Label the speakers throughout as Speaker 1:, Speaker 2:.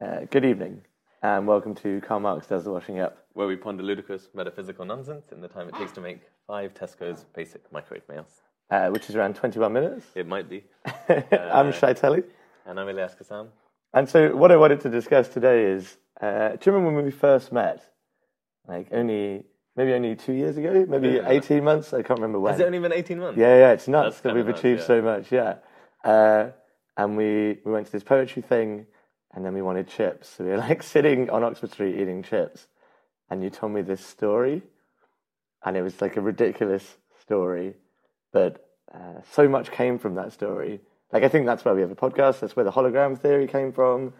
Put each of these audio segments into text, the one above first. Speaker 1: Uh, good evening, and welcome to Karl Marx Does the Washing Up.
Speaker 2: where we ponder ludicrous metaphysical nonsense in the time it takes to make five Tesco's basic microwave meals.
Speaker 1: Uh, which is around 21 minutes.
Speaker 2: It might be.
Speaker 1: I'm Shai Telly.
Speaker 2: And I'm Elias Kassam.
Speaker 1: And so, what I wanted to discuss today is uh, do you remember when we first met? Like, only, maybe only two years ago? Maybe
Speaker 2: Yeah.
Speaker 1: 18 months? I can't remember when.
Speaker 2: Has it only been 18 months?
Speaker 1: Yeah, yeah, it's nuts
Speaker 2: That's
Speaker 1: that
Speaker 2: kinda
Speaker 1: we've
Speaker 2: nuts,
Speaker 1: achieved
Speaker 2: yeah.
Speaker 1: so much. Yeah, uh, and we we went to this poetry thing, and then we wanted chips. So we were like sitting on Oxford Street eating chips, and you told me this story, and it was like a ridiculous story, but uh, so much came from that story. Like I think that's why we have a podcast. That's where the hologram theory came from.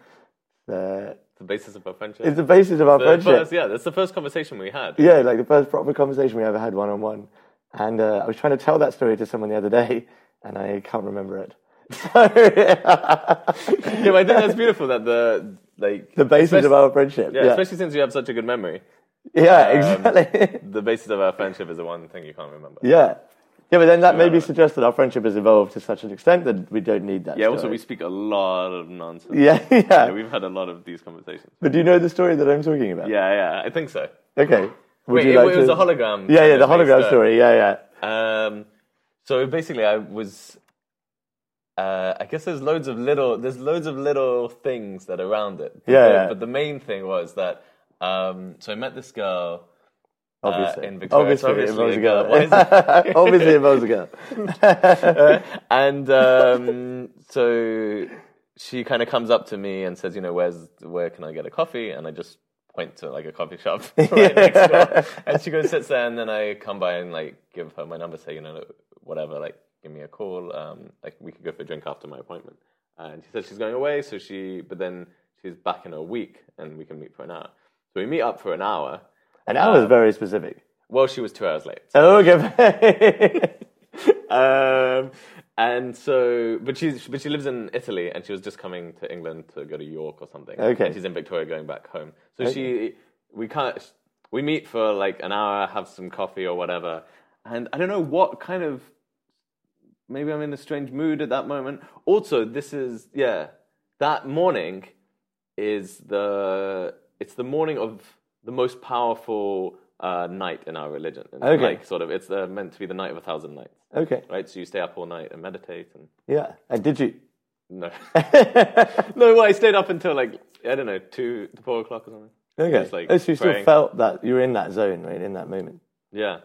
Speaker 1: The
Speaker 2: The basis of our friendship.
Speaker 1: it's the basis of our
Speaker 2: the
Speaker 1: friendship.
Speaker 2: First, yeah, that's the first conversation we had.
Speaker 1: Yeah, like the first proper conversation we ever had one on one. And uh, I was trying to tell that story to someone the other day, and I can't remember it. So,
Speaker 2: Yeah, but I think that's beautiful that the, like...
Speaker 1: the basis of our friendship.
Speaker 2: Yeah,
Speaker 1: Yeah, yeah,
Speaker 2: especially since you have such a good memory. um,
Speaker 1: exactly.
Speaker 2: The basis of our friendship is the one thing you can't remember.
Speaker 1: yeah. Yeah, but then that maybe suggests that our friendship has evolved to such an extent that we don't need that.
Speaker 2: Yeah, also
Speaker 1: story.
Speaker 2: we speak a lot of nonsense.
Speaker 1: Yeah, yeah.
Speaker 2: Yeah, we've had a lot of these conversations.
Speaker 1: But do you know the story that I'm talking about?
Speaker 2: Yeah, yeah, I think so.
Speaker 1: Okay. Would
Speaker 2: Wait,
Speaker 1: you
Speaker 2: it,
Speaker 1: like
Speaker 2: it was
Speaker 1: to-
Speaker 2: a hologram.
Speaker 1: Yeah, yeah,
Speaker 2: kind
Speaker 1: the
Speaker 2: of
Speaker 1: hologram
Speaker 2: based, uh,
Speaker 1: story. Yeah, yeah.
Speaker 2: Um, so basically, I was. Uh, I guess there's loads of little there's loads of little things that are around it. But
Speaker 1: Yeah,
Speaker 2: The,
Speaker 1: yeah.
Speaker 2: But the main thing was that. Um, so I met this girl.
Speaker 1: Obviously.
Speaker 2: in Victoria, it's
Speaker 1: obviously, it involves
Speaker 2: obviously
Speaker 1: a
Speaker 2: a
Speaker 1: girl.
Speaker 2: girl. Why
Speaker 1: obviously, it involves a girl.
Speaker 2: and um, so she kind of comes up to me and says, you know, where's where can I get a coffee? And I just point to like a coffee shop right next door. And she goes sits there, and then I come by and like give her my number, say, you know, look, whatever, like give me a call. Um, like we could go for a drink after my appointment. And she said she's going away, so she but then she's back in a week, and we can meet for an hour. So we meet up for an hour.
Speaker 1: And I
Speaker 2: Uh,
Speaker 1: was very specific.
Speaker 2: Well, she was two hours late.
Speaker 1: Okay.
Speaker 2: um, and so, but she's but she lives in Italy, and she was just coming to England to go to York or something.
Speaker 1: Okay.
Speaker 2: and she's in Victoria going back home. So she, we can't, we meet for like an hour, have some coffee or whatever, and I don't know what kind of. Maybe I'm in a strange mood at that moment. Also, this is yeah, that morning is the it's the morning of the most powerful uh, night in our religion.
Speaker 1: Okay.
Speaker 2: Like sort of, it's uh, meant to be the night of a thousand nights,
Speaker 1: okay.
Speaker 2: right? So you stay up all night and meditate, and
Speaker 1: Yeah. And did you?
Speaker 2: no,
Speaker 1: okay.
Speaker 2: no, well, I stayed up until like I don't know two to four o'clock or something. Just like
Speaker 1: oh, so you still
Speaker 2: praying.
Speaker 1: felt that you were in that zone, right, in that moment.
Speaker 2: Yeah,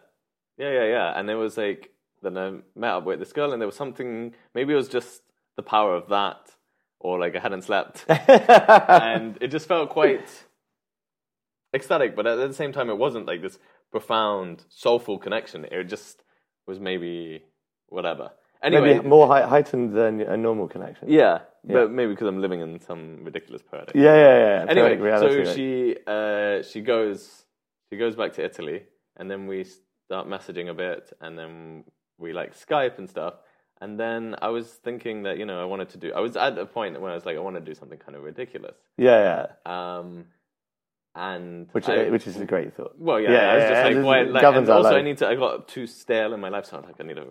Speaker 2: yeah, yeah, yeah. And it was like then I met up with this girl, and there was something. Maybe it was just the power of that, or like I hadn't slept, and it just felt quite ecstatic. But at the same time, it wasn't like this profound, soulful connection. It just was maybe whatever. Anyway,
Speaker 1: Maybe more hei- heightened than a normal connection.
Speaker 2: yeah, but maybe because I'm living in some ridiculous paradise.
Speaker 1: Yeah, yeah, yeah. yeah.
Speaker 2: anyway,
Speaker 1: Poetic reality,
Speaker 2: so
Speaker 1: right.
Speaker 2: she uh, she goes she goes back to Italy, and then we start messaging a bit, and then we like Skype and stuff. And then I was thinking that you know I wanted to do I was at a point when I was like I want to do something kind of ridiculous,
Speaker 1: Yeah, yeah.
Speaker 2: um, and
Speaker 1: Which,
Speaker 2: I-
Speaker 1: which is a great thought.
Speaker 2: well yeah,
Speaker 1: yeah,
Speaker 2: I was
Speaker 1: yeah,
Speaker 2: just
Speaker 1: yeah,
Speaker 2: like why
Speaker 1: this
Speaker 2: like,
Speaker 1: governs
Speaker 2: and
Speaker 1: our
Speaker 2: also I
Speaker 1: life.
Speaker 2: need to I got too stale in my life so I was like I need to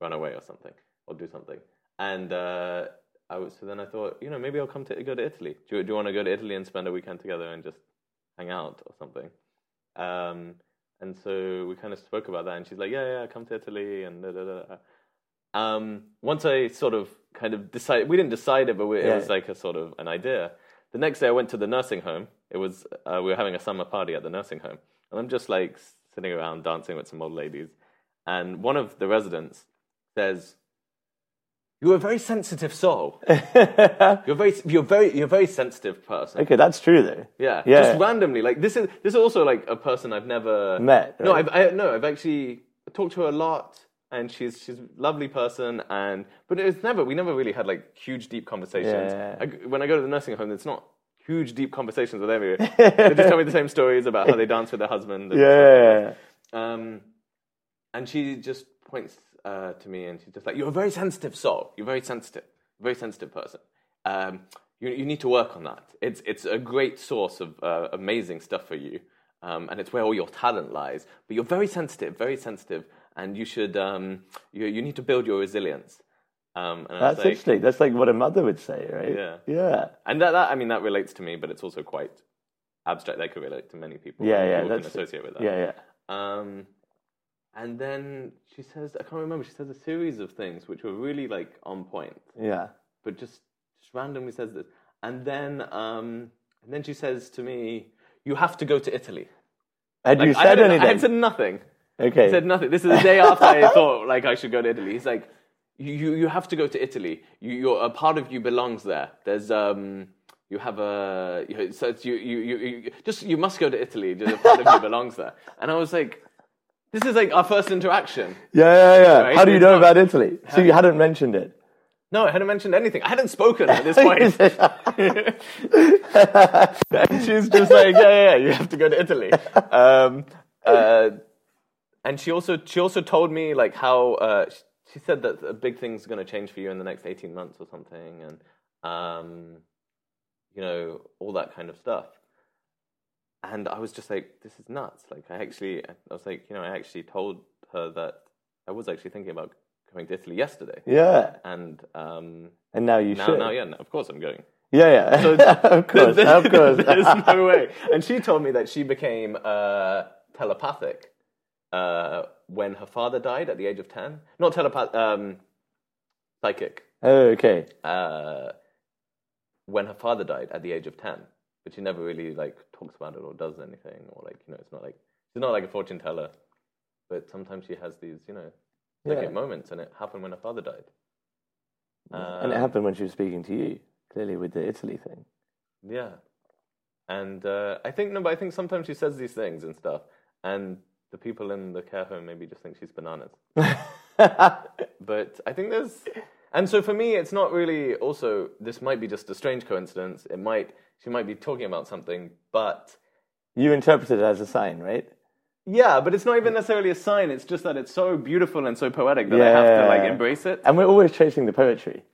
Speaker 2: run away or something or do something and. uh I was, so then I thought, you know, maybe I'll come to go to Italy. Do you, do you want to go to Italy and spend a weekend together and just hang out or something? Um, and so we kind of spoke about that, and she's like, yeah, yeah, come to Italy and da da da. da. Um, once I sort of kind of decided, we didn't decide it, but we, it
Speaker 1: Yeah.
Speaker 2: was like a sort of an idea. The next day, I went to the nursing home. It was uh, we were having a summer party at the nursing home, and I'm just like sitting around dancing with some old ladies, and one of the residents says. You're a very sensitive soul. You're very, you're very, you're a very sensitive person.
Speaker 1: Okay, that's true, though.
Speaker 2: Yeah.
Speaker 1: Yeah.
Speaker 2: Just randomly, like this is this is also like a person I've never
Speaker 1: Met,
Speaker 2: No,
Speaker 1: right?
Speaker 2: I've I, no, I've actually talked to her a lot, and she's she's a lovely person, and but it's never we never really had like huge deep conversations.
Speaker 1: Yeah.
Speaker 2: I g when I go to the nursing home, it's not huge deep conversations with everyone. they just tell me the same stories about how they dance with their husband. and
Speaker 1: Yeah, yeah, yeah.
Speaker 2: um, and she just points uh, to me and she's just like, You're a very sensitive soul. You're very sensitive. Very sensitive person. Um, you, you need to work on that. It's, it's a great source of uh, amazing stuff for you. Um, and it's where all your talent lies. But you're very sensitive, very sensitive. And you should, um, you, you need to build your resilience. Um, and I was
Speaker 1: That's
Speaker 2: like,
Speaker 1: actually that's like what a mother would say, right?
Speaker 2: Yeah.
Speaker 1: Yeah.
Speaker 2: and that, that I mean that relates to me, but it's also quite abstract. That could relate to many people.
Speaker 1: Yeah,
Speaker 2: and
Speaker 1: yeah,
Speaker 2: People can
Speaker 1: that's-
Speaker 2: associate with that.
Speaker 1: Yeah, yeah.
Speaker 2: Um, and then she says, I can't remember. She says a series of things which were really like on point,
Speaker 1: Yeah.
Speaker 2: but just, just randomly says this. And then, um, and then she says to me, "You have to go to Italy."
Speaker 1: Had you
Speaker 2: Like, I
Speaker 1: said
Speaker 2: hadn't- I
Speaker 1: anything?
Speaker 2: had said nothing.
Speaker 1: okay.
Speaker 2: I said nothing. This is the day after I thought like I should go to Italy. He's like, "You you, you have to go to Italy. You, you're a part of you belongs there. There's um." You have a you, so it's you, you you you just you must go to Italy. Just a part of you belongs there. And I was like, this is like our first interaction.
Speaker 1: yeah, yeah, yeah.
Speaker 2: Right,
Speaker 1: How do you
Speaker 2: it's
Speaker 1: know
Speaker 2: not-
Speaker 1: about Italy? So you hadn't mentioned it.
Speaker 2: No, I hadn't mentioned anything. I hadn't spoken at this point. and she's just like, yeah, yeah, yeah, you have to go to Italy. Um, uh, and she also she also told me like how uh, sh- she said that a big thing's going to change for you in the next eighteen months or something, and um, you know all that kind of stuff. And I was just like, this is nuts. Like I actually, I was like, you know, I actually told her that I was actually thinking about going to Italy yesterday,
Speaker 1: yeah.
Speaker 2: and um,
Speaker 1: And now you
Speaker 2: now,
Speaker 1: should.
Speaker 2: now, yeah, no, of course I'm going.
Speaker 1: Yeah, yeah. of course, of course.
Speaker 2: There's no way. And she told me that she became uh, telepathic uh, when her father died at the age of 10. Not telepath, um, psychic.
Speaker 1: okay.
Speaker 2: Uh, when her father died at the age of 10. But she never really like talks about it or does anything or like, you know, it's not like, she's not like a fortune teller. But sometimes she has these, you know, psychic
Speaker 1: Yeah.
Speaker 2: moments and it happened when her father died. Uh,
Speaker 1: and it happened when she was speaking to you, clearly with the Italy thing.
Speaker 2: Yeah. And uh, I think no, but I think sometimes she says these things and stuff, and the people in the care home maybe just think she's bananas. But I think there's, and so for me, it's not really. Also, this might be just a strange coincidence. It might she might be talking about something, but
Speaker 1: you interpreted it as a sign, right?
Speaker 2: yeah, but it's not even necessarily a sign. It's just that it's so beautiful and so poetic that I have to like
Speaker 1: Yeah.
Speaker 2: embrace it.
Speaker 1: And we're always chasing the poetry.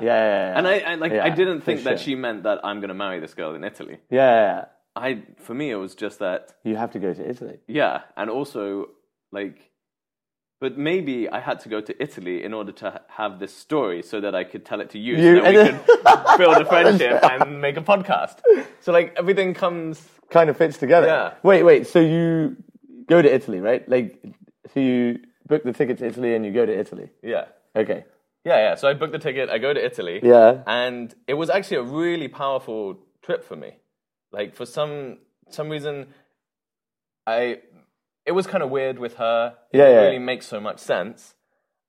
Speaker 1: Yeah, yeah, yeah.
Speaker 2: And I, I like I
Speaker 1: Yeah,
Speaker 2: didn't
Speaker 1: for
Speaker 2: think that
Speaker 1: sure.
Speaker 2: she meant that I'm gonna marry this girl in Italy.
Speaker 1: Yeah, yeah, yeah.
Speaker 2: I for me it was just that
Speaker 1: You have to go to Italy.
Speaker 2: Yeah, and also like, but maybe I had to go to Italy in order to ha- have this story so that I could tell it to you,
Speaker 1: You-
Speaker 2: so that we
Speaker 1: and
Speaker 2: could build a friendship and make a podcast. So like everything comes.
Speaker 1: Kind of fits together.
Speaker 2: Yeah.
Speaker 1: Wait, wait. So you go to Italy, right? Like, so you book the ticket to Italy and you go to Italy.
Speaker 2: Yeah,
Speaker 1: Okay.
Speaker 2: yeah, yeah. So I booked the ticket. I go to Italy.
Speaker 1: Yeah.
Speaker 2: and it was actually a really powerful trip for me. Like for some some reason, I it was kind of weird with her. It
Speaker 1: Yeah,
Speaker 2: didn't
Speaker 1: yeah.
Speaker 2: really makes so much sense.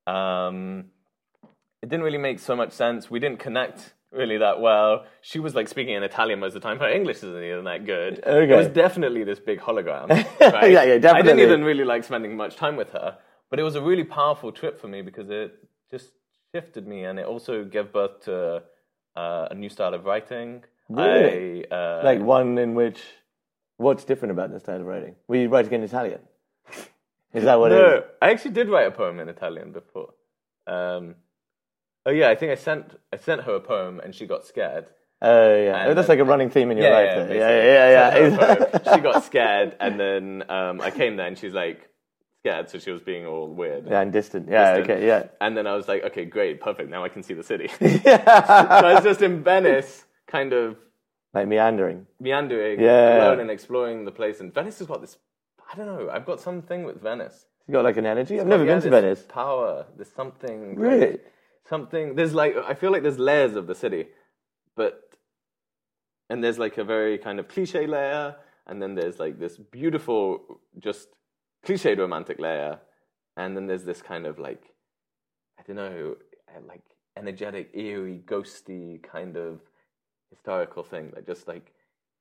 Speaker 2: Um, it didn't really make so much sense. We didn't connect really that well. She was like speaking in Italian most of the time. Her English isn't even that good.
Speaker 1: Okay.
Speaker 2: It was definitely this big hologram. Right?
Speaker 1: Yeah, yeah,
Speaker 2: I didn't
Speaker 1: definitely.
Speaker 2: even really like spending much time with her, but it was a really powerful trip for me because it just shifted me, and it also gave birth to uh, a new style of writing.
Speaker 1: Really?
Speaker 2: I, uh,
Speaker 1: Like one in which, what's different about this style of writing? Were you writing in Italian? Is that what it
Speaker 2: no,
Speaker 1: is?
Speaker 2: I actually did write a poem in Italian before. Um, oh yeah, I think I sent I sent her a poem, and she got scared.
Speaker 1: Oh, yeah.
Speaker 2: And
Speaker 1: Oh, that's
Speaker 2: then-
Speaker 1: like a running theme in your
Speaker 2: yeah,
Speaker 1: life.
Speaker 2: yeah,
Speaker 1: though. yeah, yeah, yeah.
Speaker 2: basically. Sent her a photo. she got scared, and then um, I came there, and she's like scared, so she was being all weird.
Speaker 1: Yeah, and distant. Yeah,
Speaker 2: Distant.
Speaker 1: okay, yeah.
Speaker 2: And then I was like, okay, great, perfect. Now I can see the city. so
Speaker 1: yeah.
Speaker 2: I was just in Venice, kind of
Speaker 1: Like meandering.
Speaker 2: meandering
Speaker 1: Yeah.
Speaker 2: alone and exploring the place. And Venice has got this. I don't know. I've got something with Venice.
Speaker 1: You got like an energy. I've never
Speaker 2: Yeah,
Speaker 1: been to
Speaker 2: there's
Speaker 1: Venice.
Speaker 2: Power. There's something. like,
Speaker 1: Really?
Speaker 2: something. There's like I feel like there's layers of the city, but and there's like a very kind of cliche layer, and then there's like this beautiful, just cliched romantic layer, and then there's this kind of like I don't know, uh, like energetic, eerie, ghosty kind of historical thing that just like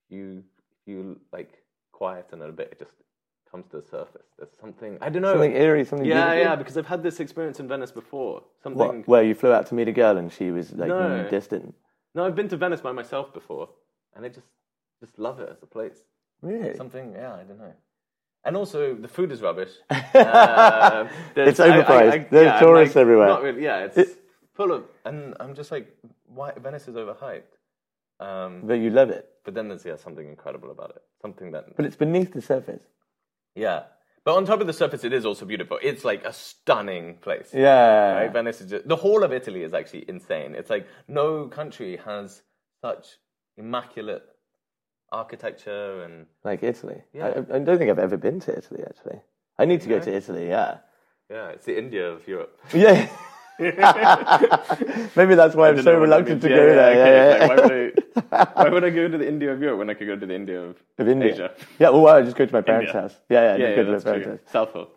Speaker 2: you you like quieten it a bit, it just comes to the surface. There's something I don't know.
Speaker 1: Something eerie, something
Speaker 2: yeah, yeah,
Speaker 1: beautiful.
Speaker 2: because I've had this experience in Venice before.
Speaker 1: What,
Speaker 2: Something
Speaker 1: where you flew out to meet a girl and she was like
Speaker 2: No.
Speaker 1: mm, distant.
Speaker 2: No, I've been to Venice by myself before, and I just just love it as a place.
Speaker 1: Really?
Speaker 2: Something, yeah, I don't know. And also, the food is rubbish. Uh, there's-
Speaker 1: It's overpriced. There's
Speaker 2: I'm
Speaker 1: tourists everywhere.
Speaker 2: Not really, yeah, it's
Speaker 1: It-
Speaker 2: full of, and I'm just like, why Venice is overhyped. Um,
Speaker 1: But you love it.
Speaker 2: but then there's yeah something incredible about it, something that
Speaker 1: But it's beneath the surface.
Speaker 2: yeah. But on top of the surface, it is also beautiful. It's like a stunning place.
Speaker 1: Yeah.
Speaker 2: Right? Venice is just, the whole of Italy is actually insane. It's like no country has such immaculate architecture and
Speaker 1: Like Italy.
Speaker 2: Yeah.
Speaker 1: I, I don't think I've ever been to Italy, actually. I need to go
Speaker 2: No?
Speaker 1: to Italy, yeah.
Speaker 2: yeah, it's the India of Europe.
Speaker 1: Yeah. Maybe that's why I'm so reluctant to go there. Yeah, yeah, yeah.
Speaker 3: okay, it's like, why, would I, why would I go to the India of Europe when I could go to the India of,
Speaker 1: Of India.
Speaker 3: Asia?
Speaker 1: Yeah, well, why don't I just go to my parents'
Speaker 3: India.
Speaker 1: house? Yeah, yeah,
Speaker 3: Yeah,
Speaker 1: just
Speaker 3: yeah
Speaker 1: go to my
Speaker 3: that's
Speaker 1: parents'
Speaker 3: true.
Speaker 1: house.
Speaker 3: South Pole.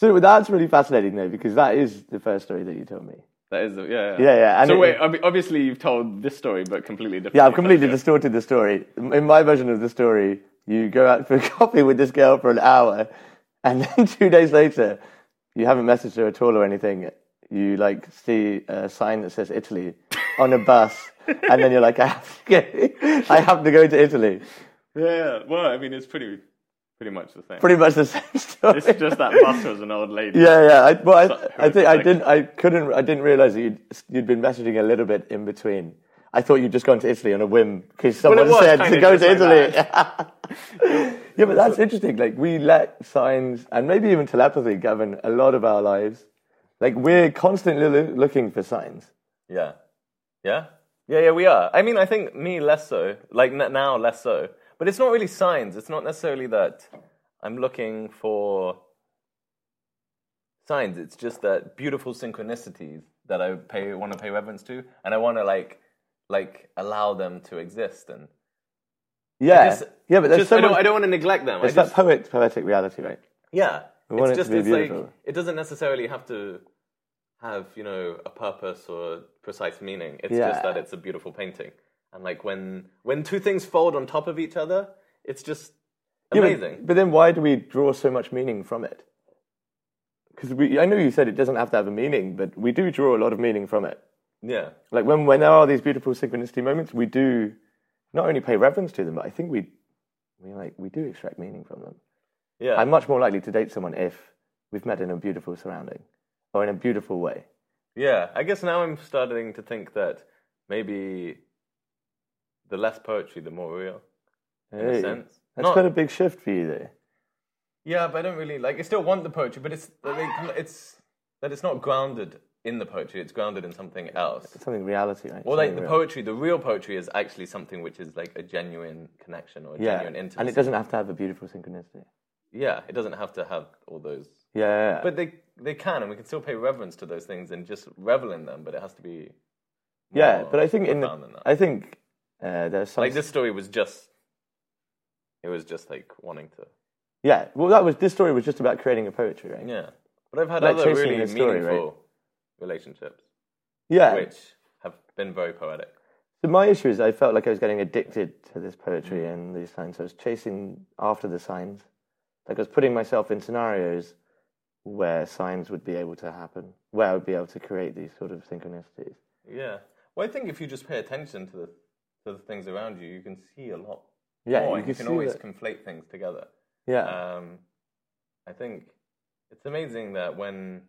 Speaker 1: So that's really fascinating, though, because that is the first story that you told me.
Speaker 3: That is, the- yeah, yeah.
Speaker 1: Yeah, yeah, and
Speaker 3: so
Speaker 1: it-
Speaker 3: wait, obvi- obviously you've told this story, but completely different.
Speaker 1: Yeah, I've completely distorted the story. In my version of the story, you go out for coffee with this girl for an hour, and then two days later, you haven't messaged her at all or anything. You like see a sign that says Italy on a bus, and then you're like, I have to go, I have to go to Italy.
Speaker 3: Yeah, yeah. Well, I mean, it's pretty, pretty much the same.
Speaker 1: Pretty much the same story.
Speaker 3: it's just that bus was an old lady.
Speaker 1: Yeah, yeah. I, well,
Speaker 3: So-
Speaker 1: I, I think I
Speaker 3: like-
Speaker 1: didn't. I couldn't. I didn't realize that you'd you'd been messaging a little bit in between. I thought you'd just gone to Italy on a whim because someone
Speaker 3: was
Speaker 1: said
Speaker 3: kinda
Speaker 1: to go
Speaker 3: just
Speaker 1: to
Speaker 3: like
Speaker 1: Italy. yeah, but that's interesting. Like we let signs and maybe even telepathy govern a lot of our lives. Like we're constantly loo- looking for signs.
Speaker 2: Yeah. Yeah? Yeah, yeah, we are. I mean, I think me less so, like n- now less so. But it's not really signs. It's not necessarily that I'm looking for signs. It's just that beautiful synchronicities that I pay want to pay reverence to and I want to like like allow them to exist and
Speaker 1: Yeah,
Speaker 2: just-
Speaker 1: yeah. But there's
Speaker 2: just,
Speaker 1: so
Speaker 2: I don't
Speaker 1: much-
Speaker 2: I don't want to neglect them. I
Speaker 1: It's
Speaker 2: just
Speaker 1: that poet poetic reality, right?
Speaker 2: yeah.
Speaker 1: want
Speaker 2: it's
Speaker 1: it to
Speaker 2: just
Speaker 1: be
Speaker 2: it's like
Speaker 1: beautiful.
Speaker 2: it doesn't necessarily have to have, you know, a purpose or a precise meaning. It's
Speaker 1: Yeah.
Speaker 2: just that it's a beautiful painting. And like when when two things fold on top of each other, it's just
Speaker 1: Yeah, but-
Speaker 2: amazing.
Speaker 1: but, then why do we draw so much meaning from it? Because I know you said it doesn't have to have a meaning, but we do draw a lot of meaning from it.
Speaker 2: yeah.
Speaker 1: Like when, when there are these beautiful synchronicity moments, we do not only pay reverence to them, but I think we, we, like, we do extract meaning from them.
Speaker 2: Yeah.
Speaker 1: I'm much more likely to date someone if we've met in a beautiful surrounding or in a beautiful way.
Speaker 2: yeah. I guess now I'm starting to think that maybe the less poetry, the more real. In a
Speaker 1: Hey,
Speaker 2: sense.
Speaker 1: That's
Speaker 2: Not-
Speaker 1: quite a big shift for you, though.
Speaker 2: Yeah, but I don't really like. I still want the poetry, but it's like, it's that it's not grounded in the poetry. It's grounded in something else.
Speaker 1: Something reality, right?
Speaker 2: Well, like
Speaker 1: Something
Speaker 2: the
Speaker 1: real.
Speaker 2: poetry, the real poetry is actually something which is like a genuine connection or a
Speaker 1: yeah.
Speaker 2: genuine intimacy.
Speaker 1: And it doesn't have to have a beautiful synchronicity.
Speaker 2: yeah, it doesn't have to have all those.
Speaker 1: Yeah, yeah, yeah.
Speaker 2: But they they can, and we can still pay reverence to those things and just revel in them. But it has to be.
Speaker 1: yeah,
Speaker 2: more
Speaker 1: but I think in
Speaker 2: profound
Speaker 1: the,
Speaker 2: than Oh, that.
Speaker 1: I think uh, there's some
Speaker 2: like this story was just. It was just like wanting to.
Speaker 1: Yeah, well, that was this story was just about creating a poetry, right?
Speaker 2: Yeah, but I've had
Speaker 1: Like
Speaker 2: other
Speaker 1: chasing
Speaker 2: really
Speaker 1: the story, right?
Speaker 2: meaningful relationships
Speaker 1: Yeah.
Speaker 2: which have been very poetic.
Speaker 1: So my issue is I felt like I was getting addicted to this poetry
Speaker 2: Mm.
Speaker 1: and these signs. I was chasing after the signs. Like I was putting myself in scenarios where signs would be able to happen, where I would be able to create these sort of synchronicities.
Speaker 2: Yeah. Well, I think if you just pay attention to the to the things around you, you can see a lot.
Speaker 1: Yeah,
Speaker 2: more,
Speaker 1: you
Speaker 2: and
Speaker 1: can
Speaker 2: you can
Speaker 1: see
Speaker 2: always
Speaker 1: that-
Speaker 2: conflate things together.
Speaker 1: Yeah.
Speaker 2: Um, I think it's amazing that when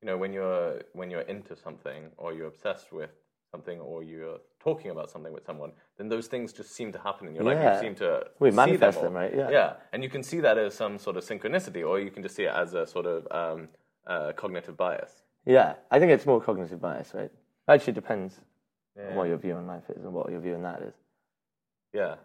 Speaker 2: you know when you're when you're into something or you're obsessed with something or you're talking about something with someone, then those things just seem to happen in your life.
Speaker 1: Yeah.
Speaker 2: You seem to
Speaker 1: We
Speaker 2: see
Speaker 1: manifest
Speaker 2: all.
Speaker 1: them, right? Yeah.
Speaker 2: Yeah, and you can see that as some sort of synchronicity, or you can just see it as a sort of um, uh, cognitive bias.
Speaker 1: yeah, I think it's more cognitive bias, right? Actually, it depends on what your view on life is and what your view on that is.
Speaker 2: Yeah.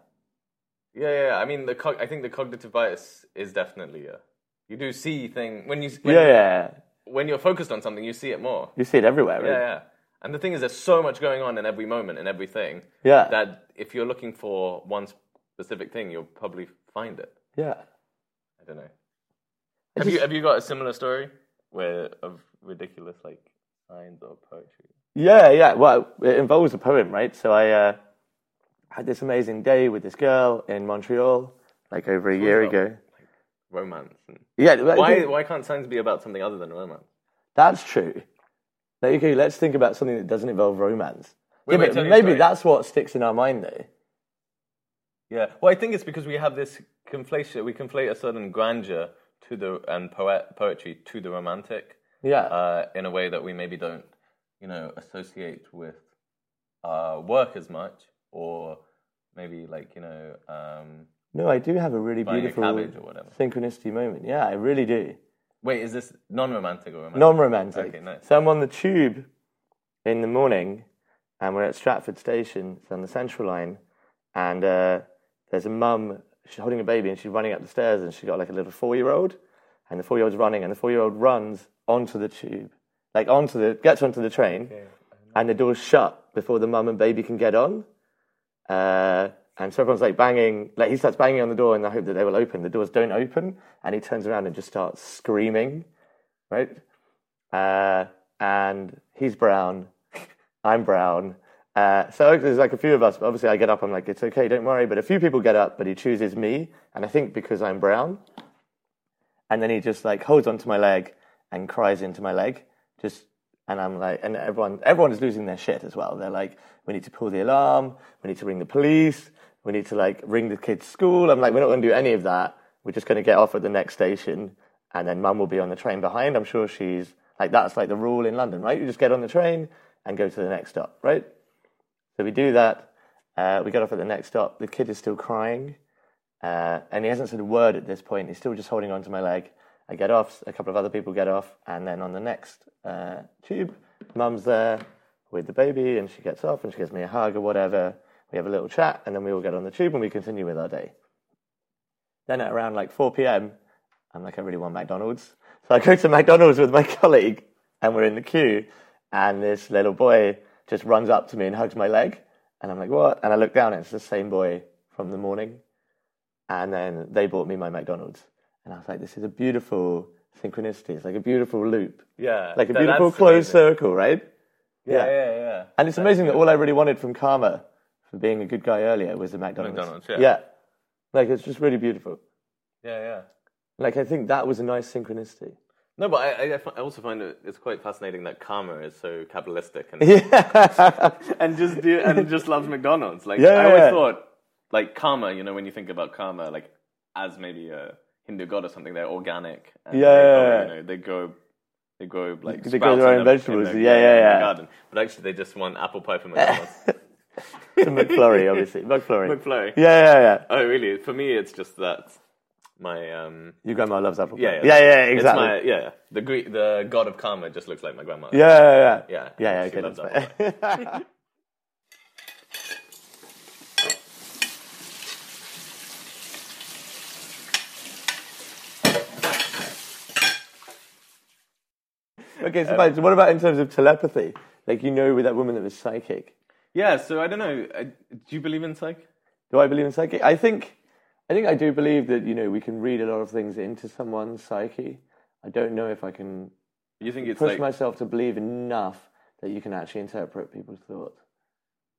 Speaker 2: Yeah, yeah. yeah. I mean, the cog- I think the cognitive bias is definitely a. You do see thing when you when,
Speaker 1: yeah, yeah,
Speaker 2: when you're focused on something, you see it more.
Speaker 1: you see it everywhere,
Speaker 2: Yeah,
Speaker 1: right?
Speaker 2: yeah. And the thing is, there's so much going on in every moment and everything
Speaker 1: Yeah.
Speaker 2: that if you're looking for one specific thing, you'll probably find it.
Speaker 1: Yeah,
Speaker 2: I don't know.
Speaker 1: It's
Speaker 2: Have you
Speaker 1: just-
Speaker 2: have you got a similar story where of ridiculous like signs or poetry?
Speaker 1: Yeah, yeah. Well, it involves a poem, right? So I uh, had this amazing day with this girl in Montreal, like over a year
Speaker 2: about-
Speaker 1: ago.
Speaker 2: Romance. And
Speaker 1: Yeah, but I
Speaker 2: why
Speaker 1: think
Speaker 2: why can't signs be about something other than romance?
Speaker 1: that's true. There you go. Let's think about something that doesn't involve romance.
Speaker 2: Wait,
Speaker 1: yeah,
Speaker 2: wait,
Speaker 1: but
Speaker 2: tell your
Speaker 1: maybe
Speaker 2: story.
Speaker 1: that's what sticks in our mind, though.
Speaker 2: Yeah. Well, I think it's because we have this conflation. We conflate a certain grandeur to the and poet, poetry to the romantic
Speaker 1: Yeah,
Speaker 2: uh, in a way that we maybe don't, you know, associate with uh, work as much, or maybe like you know, um,
Speaker 1: No, I do have a really
Speaker 2: Buying a
Speaker 1: beautiful
Speaker 2: cabbage or whatever.
Speaker 1: synchronicity moment. Yeah, I really do.
Speaker 2: Wait, is this non-romantic or romantic?
Speaker 1: Non-romantic.
Speaker 2: Okay, nice.
Speaker 1: So I'm on the tube in the morning, and we're at Stratford Station, it's on the Central Line, and uh, there's a mum. She's holding a baby, and she's running up the stairs, and she's got like a little four-year-old, and the four-year-old's running, and the four-year-old runs onto the tube, like onto the gets onto the train, and the door's shut before the mum and baby can get on. Uh, and so everyone's like banging, like he starts banging on the door in the hope that they will open. The doors don't open, and he turns around and just starts screaming, right? Uh, and he's brown, I'm brown. Uh, so there's like a few of us. But obviously, I get up. I'm like, it's okay, don't worry. But a few people get up, but he chooses me, and I think because I'm brown. And then he just like holds onto my leg and cries into my leg. Just and I'm like, and everyone, everyone is losing their shit as well. They're like, we need to pull the alarm. We need to ring the police. We need to like ring the kids' school. I'm like, we're not going to do any of that. We're just going to get off at the next station, and then Mum will be on the train behind. I'm sure she's like, that's like the rule in London, right? You just get on the train and go to the next stop, right? So we do that. Uh, we get off at the next stop. The kid is still crying, uh, and he hasn't said a word at this point. He's still just holding onto my leg. I get off. A couple of other people get off, and then on the next uh, tube, mum's there with the baby, and she gets off and she gives me a hug or whatever. We have a little chat, and then we all get on the tube and we continue with our day. Then at around like 4 p.m., I'm like, I really want McDonald's. So I go to McDonald's with my colleague and we're in the queue. And this little boy just runs up to me and hugs my leg. And I'm like, what? And I look down and it's the same boy from the morning. And then they bought me my McDonald's. And I was like, this is a beautiful synchronicity. It's like a beautiful loop,
Speaker 2: Yeah.
Speaker 1: like a
Speaker 2: that-
Speaker 1: beautiful
Speaker 2: that's
Speaker 1: closed
Speaker 2: amazing.
Speaker 1: circle, right?
Speaker 2: Yeah, yeah, yeah.
Speaker 1: And it's amazing that all I really wanted from karma for being a good guy earlier was a McDonald's.
Speaker 2: McDonald's, yeah.
Speaker 1: Like it's just really beautiful.
Speaker 2: Yeah, yeah.
Speaker 1: Like I think that was a nice synchronicity.
Speaker 2: No, but I, I- I, fi- I also find it, it's quite fascinating that karma is so capitalistic and
Speaker 1: Yeah.
Speaker 3: and just do and just loves McDonald's. Like
Speaker 1: Yeah,
Speaker 3: I
Speaker 1: yeah,
Speaker 3: always
Speaker 1: yeah.
Speaker 3: thought, like karma. You know, when you think about karma, like as maybe a Hindu god or something, they're organic. And
Speaker 1: Yeah,
Speaker 3: they
Speaker 1: yeah,
Speaker 3: grow,
Speaker 1: yeah.
Speaker 3: You know, they grow. They grow like
Speaker 1: They grow
Speaker 3: sprouts
Speaker 1: their
Speaker 3: in
Speaker 1: own
Speaker 3: the- in
Speaker 1: vegetables.
Speaker 3: the-
Speaker 1: Yeah, yeah,
Speaker 3: in the
Speaker 1: yeah.
Speaker 3: Garden,
Speaker 2: But actually, they just want apple pie from McDonald's.
Speaker 1: It's a McFlurry, obviously. McFlurry.
Speaker 2: McFlurry.
Speaker 1: Yeah, yeah, yeah.
Speaker 2: Oh, really? For me, it's just that my um.
Speaker 1: Your grandma loves apple. pie.
Speaker 2: Yeah, yeah,
Speaker 1: yeah, yeah,
Speaker 2: It's
Speaker 1: exactly.
Speaker 2: my- yeah, the Greek, the god of karma just looks like my grandma.
Speaker 1: Yeah, yeah, yeah.
Speaker 2: Yeah,
Speaker 1: yeah, yeah
Speaker 2: she
Speaker 1: okay,
Speaker 2: loves
Speaker 1: that's
Speaker 2: apple
Speaker 1: fine. okay,
Speaker 2: Um,
Speaker 1: so fine, so what about in terms of telepathy? Like you know, with that woman that was psychic.
Speaker 3: Yeah. So I don't know. I, do you believe in psych?
Speaker 1: Do I believe in psychic? I think, I think I do believe that you know we can read a lot of things into someone's psyche. I don't know if I can
Speaker 3: You think it's
Speaker 1: push
Speaker 3: like
Speaker 1: myself to believe enough that you can actually interpret people's thoughts.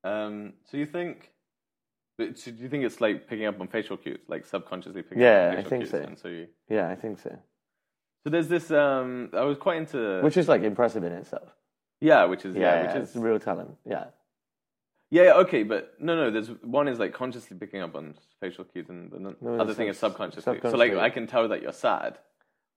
Speaker 3: um? So you think? but So do you think it's like picking up on facial cues, like subconsciously picking up
Speaker 1: Yeah,
Speaker 3: on
Speaker 1: I
Speaker 3: facial
Speaker 1: think
Speaker 3: cues?
Speaker 1: so.
Speaker 3: And so you.
Speaker 1: Yeah, I think so.
Speaker 3: So there's this. Um, I was quite into.
Speaker 1: Which is like impressive in itself.
Speaker 3: yeah, which is
Speaker 1: Yeah,
Speaker 3: yeah, which is
Speaker 1: it's real talent. Yeah,
Speaker 3: Yeah, yeah, okay, but no, no. There's one is like consciously picking up on facial cues, and the
Speaker 1: No,
Speaker 3: other
Speaker 1: it's
Speaker 3: thing
Speaker 1: like
Speaker 3: is subconsciously. So
Speaker 1: subconsciously.
Speaker 3: like, I can tell that you're sad,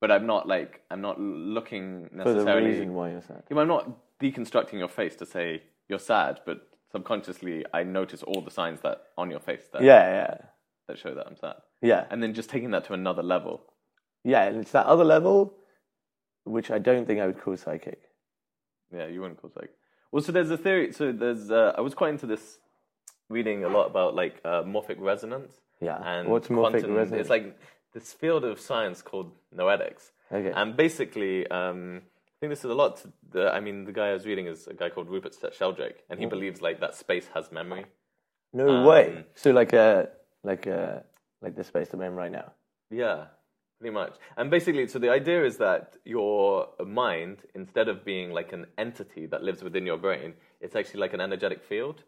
Speaker 3: but I'm not like I'm not l- looking
Speaker 1: for the
Speaker 3: necessarily.
Speaker 1: reason why you're sad.
Speaker 3: Yeah, but I'm not deconstructing your face to say you're sad, but subconsciously I notice all the signs that on your face that
Speaker 1: Yeah,
Speaker 3: that show that I'm sad,
Speaker 1: yeah, yeah,
Speaker 3: and then just taking that to another level.
Speaker 1: yeah. And it's that other level, which I don't think I would call psychic.
Speaker 3: Yeah, you wouldn't call it like.
Speaker 2: Well, so there's a theory. So there's uh, I was quite into this, reading a lot about like uh, morphic resonance.
Speaker 1: Yeah.
Speaker 2: And
Speaker 1: What's morphic
Speaker 2: quantum-
Speaker 1: resonance?
Speaker 2: It's like this field of science called noetics.
Speaker 1: Okay.
Speaker 2: And basically, um, I think this is a lot. To the, I mean, the guy I was reading is a guy called Rupert Sheldrake, and
Speaker 1: Mm.
Speaker 2: he believes like that space has memory.
Speaker 1: No way. So like a like a like the space that I'm in right now.
Speaker 2: Yeah, pretty much. And basically, so the idea is that your mind, instead of being like an entity that lives within your brain, it's actually like an energetic field.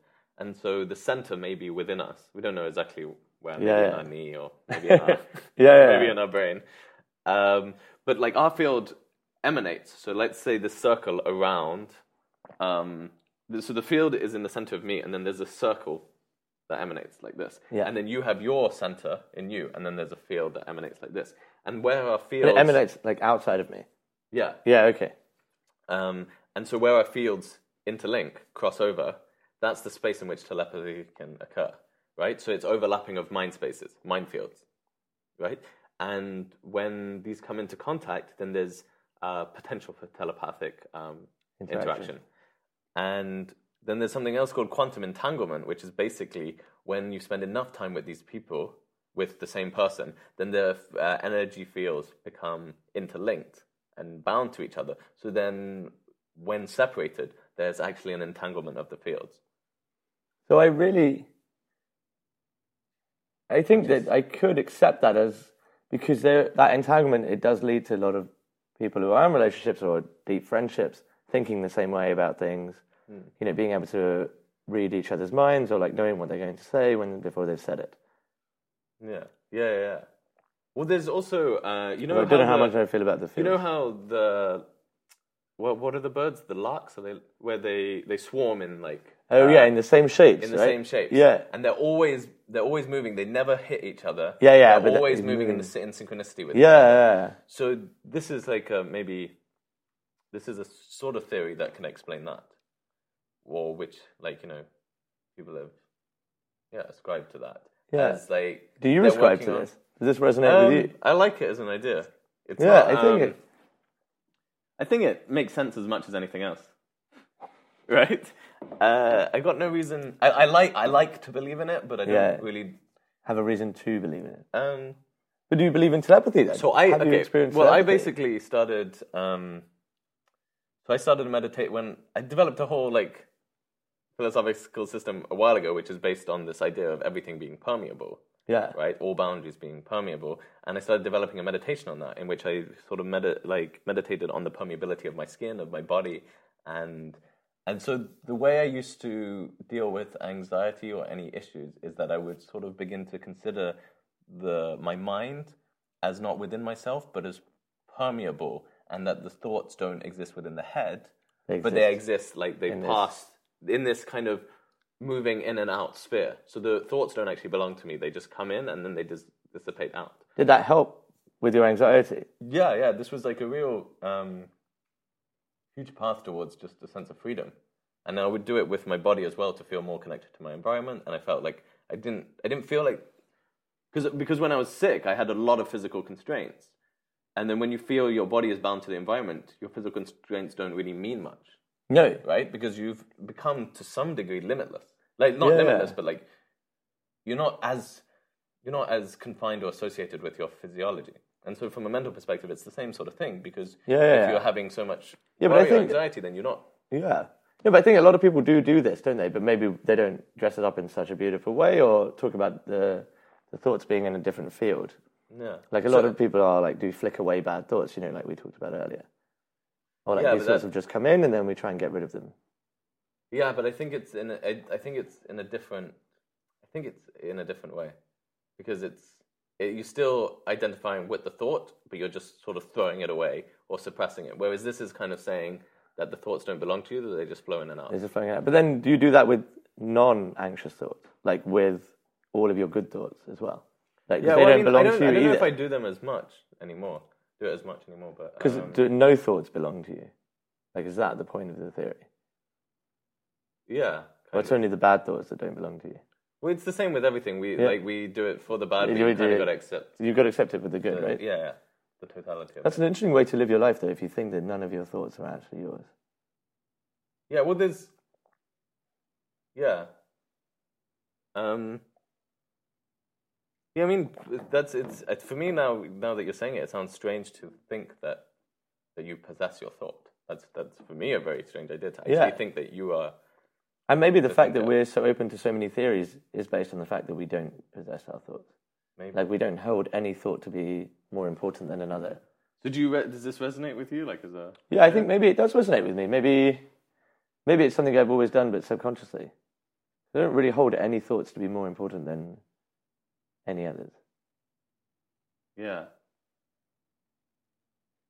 Speaker 2: And so the center may be within us. We don't know exactly where, maybe
Speaker 1: Yeah,
Speaker 2: in
Speaker 1: yeah.
Speaker 2: our knee or maybe in our,
Speaker 1: Yeah, yeah,
Speaker 2: maybe
Speaker 1: yeah.
Speaker 2: in our brain. Um, but like our field emanates. So let's say the circle around. Um, th- so the field is in the center of me, and then there's a circle that emanates like this.
Speaker 1: Yeah.
Speaker 2: And then you have your center in you, and then there's a field that emanates like this. And where our fields
Speaker 1: It emanates like outside of me.
Speaker 2: Yeah.
Speaker 1: Yeah. Okay.
Speaker 2: Um, and so where our fields interlink, cross over, that's the space in which telepathy can occur. right? So it's overlapping of mind spaces, minefields, right? And when these come into contact, then there's uh, potential for telepathic um,
Speaker 1: Interaction.
Speaker 2: interaction. And then there's something else called quantum entanglement, which is basically when you spend enough time with these people, with the same person, then their uh, energy fields become interlinked and bound to each other. So then, when separated, there's actually an entanglement of the fields.
Speaker 1: So I really, I think that I could accept that as because there, that entanglement it does lead to a lot of people who are in relationships or deep friendships thinking the same way about things.
Speaker 2: Hmm.
Speaker 1: You know, being able to read each other's minds or like knowing what they're going to say when before they've said it.
Speaker 2: Yeah, yeah, yeah, yeah. Well, there's also uh, you know
Speaker 1: I don't know how
Speaker 2: the-
Speaker 1: much I feel about the
Speaker 2: you
Speaker 1: field.
Speaker 2: know how the what what are the birds? The larks? Are they where they they swarm in like
Speaker 1: oh yeah, in the same shapes.
Speaker 2: in the
Speaker 1: right?
Speaker 2: same shape?
Speaker 1: Yeah.
Speaker 2: and they're always they're always moving. They never hit each other.
Speaker 1: Yeah, yeah, but
Speaker 2: They're
Speaker 1: that-
Speaker 2: always
Speaker 1: it's
Speaker 2: moving in,
Speaker 1: moving.
Speaker 2: the, sy- in synchronicity with. each
Speaker 1: Yeah,
Speaker 2: other.
Speaker 1: yeah.
Speaker 2: So this is like a, maybe this is a sort of theory that can explain that, or which like you know people have yeah ascribed to that.
Speaker 1: Yeah.
Speaker 2: As, like
Speaker 1: Do you
Speaker 2: they're
Speaker 1: ascribe to
Speaker 2: working on-
Speaker 1: this? Does this resonate
Speaker 2: Um,
Speaker 1: with you?
Speaker 2: I like it as an idea. It's
Speaker 1: Yeah,
Speaker 2: not,
Speaker 1: I think
Speaker 2: um,
Speaker 1: it,
Speaker 3: I think it makes sense as much as anything else.
Speaker 2: right. Uh, I got no reason. I, I like I like to believe in it, but I don't
Speaker 1: Yeah.
Speaker 2: really.
Speaker 1: have a reason to believe in it.
Speaker 2: Um,
Speaker 1: But do you believe in telepathy then?
Speaker 2: so I
Speaker 1: have you
Speaker 2: okay.
Speaker 1: experienced
Speaker 2: well, I
Speaker 1: telepathy?
Speaker 2: basically started. Um, so I started to meditate when I developed a whole like philosophical system a while ago, which is based on this idea of everything being permeable.
Speaker 1: yeah.
Speaker 2: right? All boundaries being permeable. And I started developing a meditation on that, in which I sort of medi- like meditated on the permeability of my skin, of my body, and and so the way I used to deal with anxiety or any issues is that I would sort of begin to consider the my mind as not within myself, but as permeable, and that the thoughts don't exist within the head,
Speaker 1: They
Speaker 2: but they exist like they
Speaker 1: In this-
Speaker 2: pass in this kind of moving in and out sphere. So the thoughts don't actually belong to me; they just come in and then they dis- dissipate out.
Speaker 1: Did that help with your anxiety?
Speaker 2: Yeah, yeah. This was like a real um, huge path towards just a sense of freedom, and I would do it with my body as well to feel more connected to my environment. And I felt like I didn't, I didn't feel like because because when I was sick, I had a lot of physical constraints, and then when you feel your body is bound to the environment, your physical constraints don't really mean much.
Speaker 1: No.
Speaker 2: right? Because you've become to some degree limitless. Like not
Speaker 1: Yeah.
Speaker 2: limitless, but like you're not as you're not as confined or associated with your physiology. And so from a mental perspective it's the same sort of thing because
Speaker 1: Yeah.
Speaker 2: if you're having so much
Speaker 1: Yeah, but I
Speaker 2: worry or
Speaker 1: think-
Speaker 2: anxiety then you're not
Speaker 1: Yeah. No, but I think a lot of people do do this, don't they? But maybe they don't dress it up in such a beautiful way or talk about the, the thoughts being in a different field.
Speaker 2: yeah.
Speaker 1: Like a lot of people are like, do flick away bad thoughts, you know, like we talked about earlier. Or like
Speaker 2: Yeah,
Speaker 1: these
Speaker 2: but
Speaker 1: thoughts
Speaker 2: that-
Speaker 1: have just come in and then we try and get rid of them.
Speaker 2: Yeah, but I think it's in a, I, I think it's in a different I think it's in a different way because it's it, you're still identifying with the thought, but you're just sort of throwing it away or suppressing it. Whereas this is kind of saying that the thoughts don't belong to you; that they just flow in and out.
Speaker 1: Is it flowing out? But then do you do that with non anxious thoughts? Like with all of your good thoughts as well? Like 'cause they
Speaker 2: well,
Speaker 1: don't
Speaker 2: I mean,
Speaker 1: belong
Speaker 2: I don't,
Speaker 1: to you
Speaker 2: I don't know
Speaker 1: either.
Speaker 2: if I do them as much anymore. Do it as much anymore, but
Speaker 1: Because
Speaker 2: um,
Speaker 1: do no thoughts belong to you? Like, is that the point of the theory?
Speaker 2: yeah,
Speaker 1: Or
Speaker 2: kind
Speaker 1: it's
Speaker 2: of.
Speaker 1: only the bad thoughts that don't belong to you.
Speaker 2: well, it's the same with everything. We
Speaker 1: Yeah.
Speaker 2: like we do it for the
Speaker 1: Yeah,
Speaker 2: bad, but
Speaker 1: we
Speaker 2: you kind
Speaker 1: do.
Speaker 2: of got to accept.
Speaker 1: You've got to accept it with the good,
Speaker 2: The,
Speaker 1: right?
Speaker 2: Yeah, yeah, the totality of it.
Speaker 1: That's an interesting way to live your life, though, if you think that none of your thoughts are actually yours.
Speaker 2: Yeah, well, there's. Yeah. Um. Yeah, I mean, that's it's it- for me now. Now that you're saying it, it sounds strange to think that that you possess your thought. That's that's for me a very strange idea to actually
Speaker 1: Yeah.
Speaker 2: think that you are.
Speaker 1: And maybe the fact
Speaker 2: think
Speaker 1: that
Speaker 2: that-
Speaker 1: we're so open to so many theories is based on the fact that we don't possess our thoughts.
Speaker 2: Maybe.
Speaker 1: Like, we don't hold any thought to be more important than another.
Speaker 3: Did you? Re- does this resonate with you? Like as a
Speaker 1: Yeah, I think maybe it does resonate with me. Maybe, maybe it's something I've always done, but subconsciously. I don't really hold any thoughts to be more important than any others.
Speaker 3: yeah.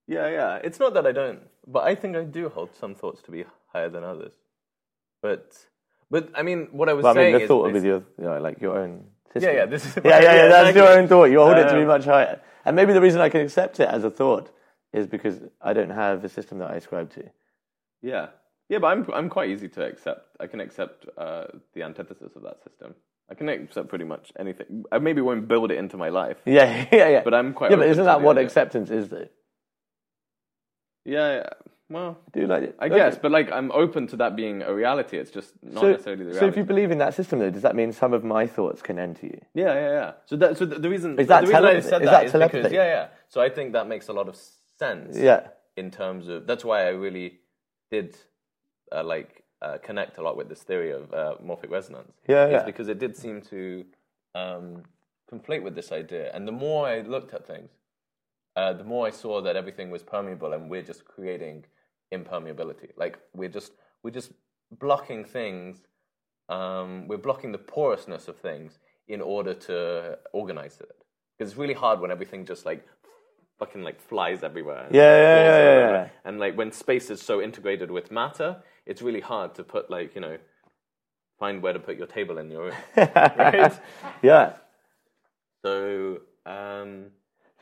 Speaker 2: Yeah, yeah. It's not that I don't, but I think I do hold some thoughts to be higher than others. But, but I mean, what I was
Speaker 1: But I
Speaker 2: saying
Speaker 1: mean, the
Speaker 2: is
Speaker 1: thought with
Speaker 2: basi-
Speaker 1: your, you know, like your own
Speaker 2: Yeah,
Speaker 1: system.
Speaker 2: yeah. This is
Speaker 1: yeah, yeah, yeah, that's
Speaker 2: exactly.
Speaker 1: your own thought. You hold it to be
Speaker 2: Um,
Speaker 1: much higher. And maybe the reason I can accept it as a thought is because I don't have a system that I ascribe to.
Speaker 3: Yeah. Yeah, but I'm I'm quite easy to accept. I can accept uh, the antithesis of that system. I can accept pretty much anything. I maybe won't build it into my life,
Speaker 1: Yeah, yeah, yeah.
Speaker 3: but I'm quite.
Speaker 1: yeah, but
Speaker 3: open
Speaker 1: isn't
Speaker 3: to
Speaker 1: that
Speaker 3: the
Speaker 1: what
Speaker 3: idea.
Speaker 1: acceptance is, though?
Speaker 3: Yeah, yeah. Well,
Speaker 1: Do you like it?
Speaker 3: I
Speaker 1: Okay.
Speaker 3: guess, but like I'm open to that being a reality. It's just not
Speaker 1: So,
Speaker 3: necessarily the
Speaker 1: so
Speaker 3: reality.
Speaker 1: if you believe in that system, though, does that mean some of my thoughts can enter you?
Speaker 3: yeah, yeah, yeah. So that so the, the reason
Speaker 1: Is that
Speaker 2: the reason I
Speaker 1: telepathy?
Speaker 2: said
Speaker 1: Is that
Speaker 2: that is because
Speaker 1: telepathy?
Speaker 2: yeah, yeah. So I think that makes a lot of sense.
Speaker 1: Yeah.
Speaker 2: in terms of that's why I really did uh, like uh, connect a lot with this theory of uh, morphic resonance.
Speaker 1: Yeah,
Speaker 2: is
Speaker 1: yeah.
Speaker 2: because it did seem to um, conflate with this idea. And the more I looked at things, uh, the more I saw that everything was permeable, and we're just creating impermeability. Like we're just we're just blocking things. Um, we're blocking the porousness of things in order to organize it. Because it's really hard when everything just like fucking like flies everywhere. and
Speaker 1: Yeah, yeah,
Speaker 2: falls
Speaker 1: yeah, yeah,
Speaker 2: everywhere.
Speaker 1: yeah.
Speaker 2: And like when space is so integrated with matter, it's really hard to put like you know find where to put your table in your room. right?
Speaker 1: Yeah.
Speaker 2: So um,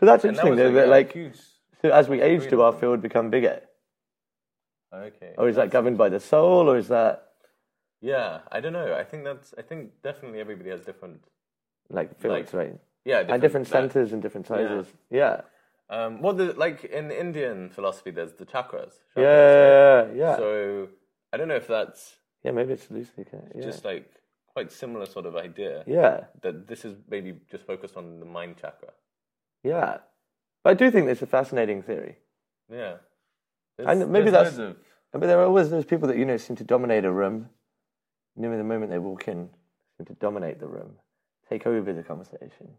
Speaker 1: So that's
Speaker 2: and that
Speaker 1: interesting,
Speaker 2: was
Speaker 1: though,
Speaker 2: a,
Speaker 1: that, like,
Speaker 2: huge.
Speaker 1: so as we age, do
Speaker 2: freedom.
Speaker 1: our field become bigger?
Speaker 2: Okay.
Speaker 1: Or Oh, is that governed by the soul, or is that
Speaker 2: Yeah, I don't know. I think that's. I think definitely everybody has different.
Speaker 1: like fields,
Speaker 2: Like,
Speaker 1: right?
Speaker 2: Yeah, different,
Speaker 1: and different
Speaker 2: that-
Speaker 1: centers and different sizes. Yeah.
Speaker 2: Um, well, the, like in Indian philosophy, there's the chakras. chakras
Speaker 1: Yeah, yeah, yeah. Yeah,
Speaker 2: So I don't know if that's
Speaker 1: Yeah, maybe it's loosely connected. Yeah.
Speaker 2: just like quite similar sort of idea.
Speaker 1: yeah,
Speaker 2: That this is maybe just focused on the mind chakra.
Speaker 1: yeah. But I do think it's a fascinating theory.
Speaker 2: Yeah.
Speaker 1: And maybe
Speaker 2: there's
Speaker 1: that's-
Speaker 2: loads of-
Speaker 1: But there are always those people that, you know, seem to dominate a room. You know, the moment they walk in, seem to dominate the room, take over the conversation.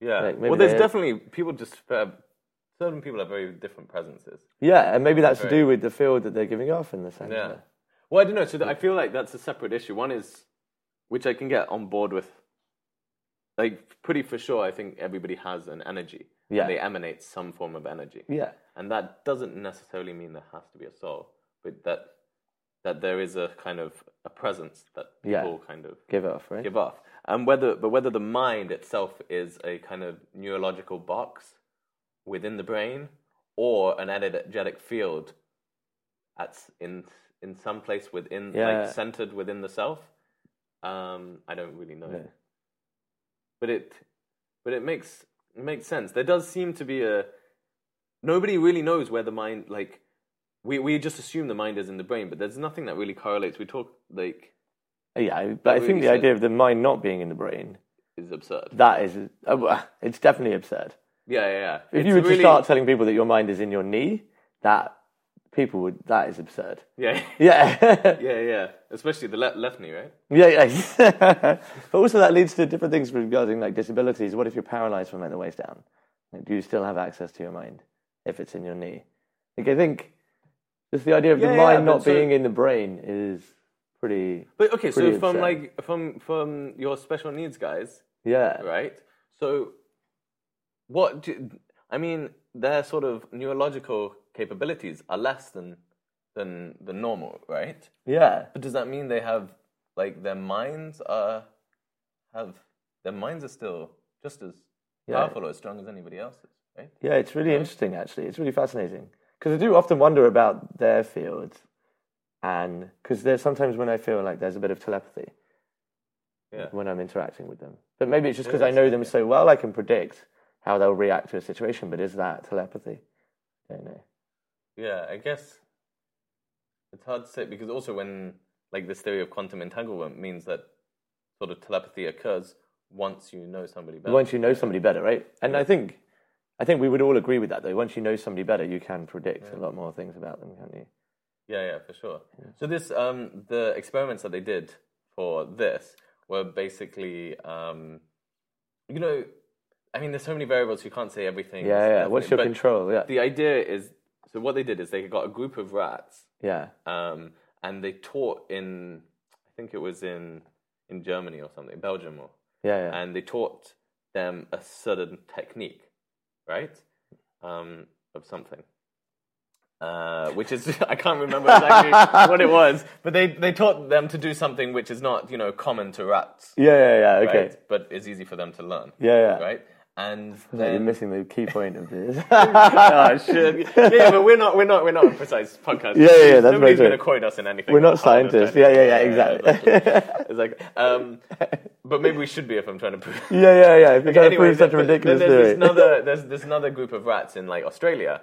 Speaker 2: yeah.
Speaker 1: like, maybe
Speaker 2: well, there's
Speaker 1: there-
Speaker 2: definitely people just uh, certain people have very different presences.
Speaker 1: Yeah, and maybe that's to
Speaker 2: Right.
Speaker 1: do with the field that they're giving off in the center.
Speaker 2: Yeah.
Speaker 3: Well, I don't know. So th- I feel like that's a separate issue. One is, which I can get on board with. Like pretty for sure, I think everybody has an energy. and
Speaker 1: Yeah.
Speaker 3: they emanate some form of energy,
Speaker 1: Yeah,
Speaker 3: and that doesn't necessarily mean there has to be a soul, but that that there is a kind of a presence that
Speaker 1: Yeah.
Speaker 3: people kind of
Speaker 1: give off, right?
Speaker 3: give off. And whether but whether the mind itself is a kind of neurological box within the brain or an energetic field at s- in in some place within
Speaker 1: Yeah.
Speaker 3: like centered within the self. Um, I don't really know.
Speaker 1: Yeah.
Speaker 3: But it but it makes it makes sense. There does seem to be a nobody really knows where the mind like we, we just assume the mind is in the brain, but there's nothing that really correlates. We talk like
Speaker 1: Yeah, I- but I
Speaker 3: we
Speaker 1: think the
Speaker 3: said-
Speaker 1: idea of the mind not being in the brain,
Speaker 3: is absurd.
Speaker 1: that is, uh, well, it's definitely absurd.
Speaker 3: Yeah, yeah, yeah.
Speaker 1: If
Speaker 3: It's
Speaker 1: you were to
Speaker 3: really-
Speaker 1: start telling people that your mind is in your knee, that people would, that is absurd.
Speaker 3: Yeah,
Speaker 1: Yeah.
Speaker 3: yeah, yeah. Especially the le- left knee, right?
Speaker 1: Yeah, yeah. but also that leads to different things regarding like disabilities. What if you're paralyzed from like the waist down? Like, do you still have access to your mind if it's in your knee? Like I think just the idea of the
Speaker 3: Yeah, yeah,
Speaker 1: mind
Speaker 3: but
Speaker 1: not
Speaker 3: so-
Speaker 1: being in the brain is pretty
Speaker 3: But okay, so
Speaker 1: Pretty
Speaker 3: from
Speaker 1: absurd.
Speaker 3: like from from your special needs guys,
Speaker 1: yeah.
Speaker 3: right? So what do, I mean, their sort of neurological capabilities are less than than the normal, right?
Speaker 1: Yeah.
Speaker 2: But does that mean they have like their minds are have their minds are still just as
Speaker 1: Yeah.
Speaker 2: powerful or as strong as anybody else's, right?
Speaker 1: Yeah, it's really interesting actually. It's really fascinating because I do often wonder about their fields and because there's sometimes when I feel like there's a bit of telepathy
Speaker 2: Yeah.
Speaker 1: when I'm interacting with them. But maybe it's just because I know them so well, I can predict how they'll react to a situation. But is that telepathy? I don't know.
Speaker 2: Yeah, I guess it's hard to say because also when like this theory of quantum entanglement means that sort of telepathy occurs once you know somebody better.
Speaker 1: Once you know somebody better, right? And I think, I think we would all agree with that though. Once you know somebody better, you can predict a lot more things about them, can't you?
Speaker 2: Yeah, yeah, for sure. So this, um, the experiments that they did for this were basically, um, you know, I mean, there's so many variables you can't say everything.
Speaker 1: Yeah, yeah. What's your
Speaker 2: definitely, but
Speaker 1: control? Yeah,
Speaker 3: The idea is so what they did is they got a group of rats,
Speaker 1: yeah,
Speaker 3: um, and they taught in I think it was in in Germany or something, Belgium or
Speaker 1: yeah, yeah.
Speaker 3: and they taught them a certain technique, right? Um, of something. Uh, which is I can't remember exactly what it was, but they, they taught them to do something which is not you know common to rats,
Speaker 1: yeah, yeah, yeah. Okay.
Speaker 3: right? But is easy for them to learn,
Speaker 1: Yeah, yeah.
Speaker 3: right?
Speaker 2: and
Speaker 1: Like, You're
Speaker 2: then-
Speaker 1: missing the key point of this.
Speaker 2: Ah, shit. Yeah, yeah, but we're not, we're not, we're not a precise podcast.
Speaker 1: Yeah, yeah, yeah, that's very
Speaker 2: Nobody's
Speaker 1: true.
Speaker 2: going to quote us in anything.
Speaker 1: We're not
Speaker 2: other than-
Speaker 1: scientists. Yeah, yeah, yeah, exactly.
Speaker 2: It's like, um, but maybe we should be if I'm trying to prove.
Speaker 1: Yeah, yeah, yeah. If you're trying to
Speaker 2: Anyway,
Speaker 1: prove such a
Speaker 2: th- th-
Speaker 1: ridiculous
Speaker 2: there's
Speaker 1: theory.
Speaker 2: This another, there's this another group of rats in like Australia,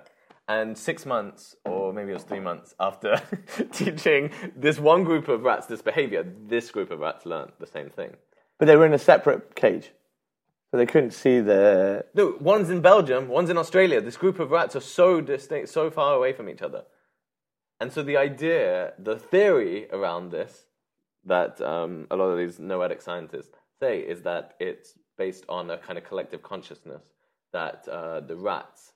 Speaker 2: and six months or maybe it was three months after teaching this one group of rats this behavior, this group of rats learned the same thing.
Speaker 1: But they were in a separate cage. So they couldn't see the.
Speaker 2: No, one's in Belgium, one's in Australia. This group of rats are so distinct, so far away from each other. And so the idea, the theory around this, that um, a lot of these noetic scientists say is that it's based on a kind of collective consciousness that uh, the rats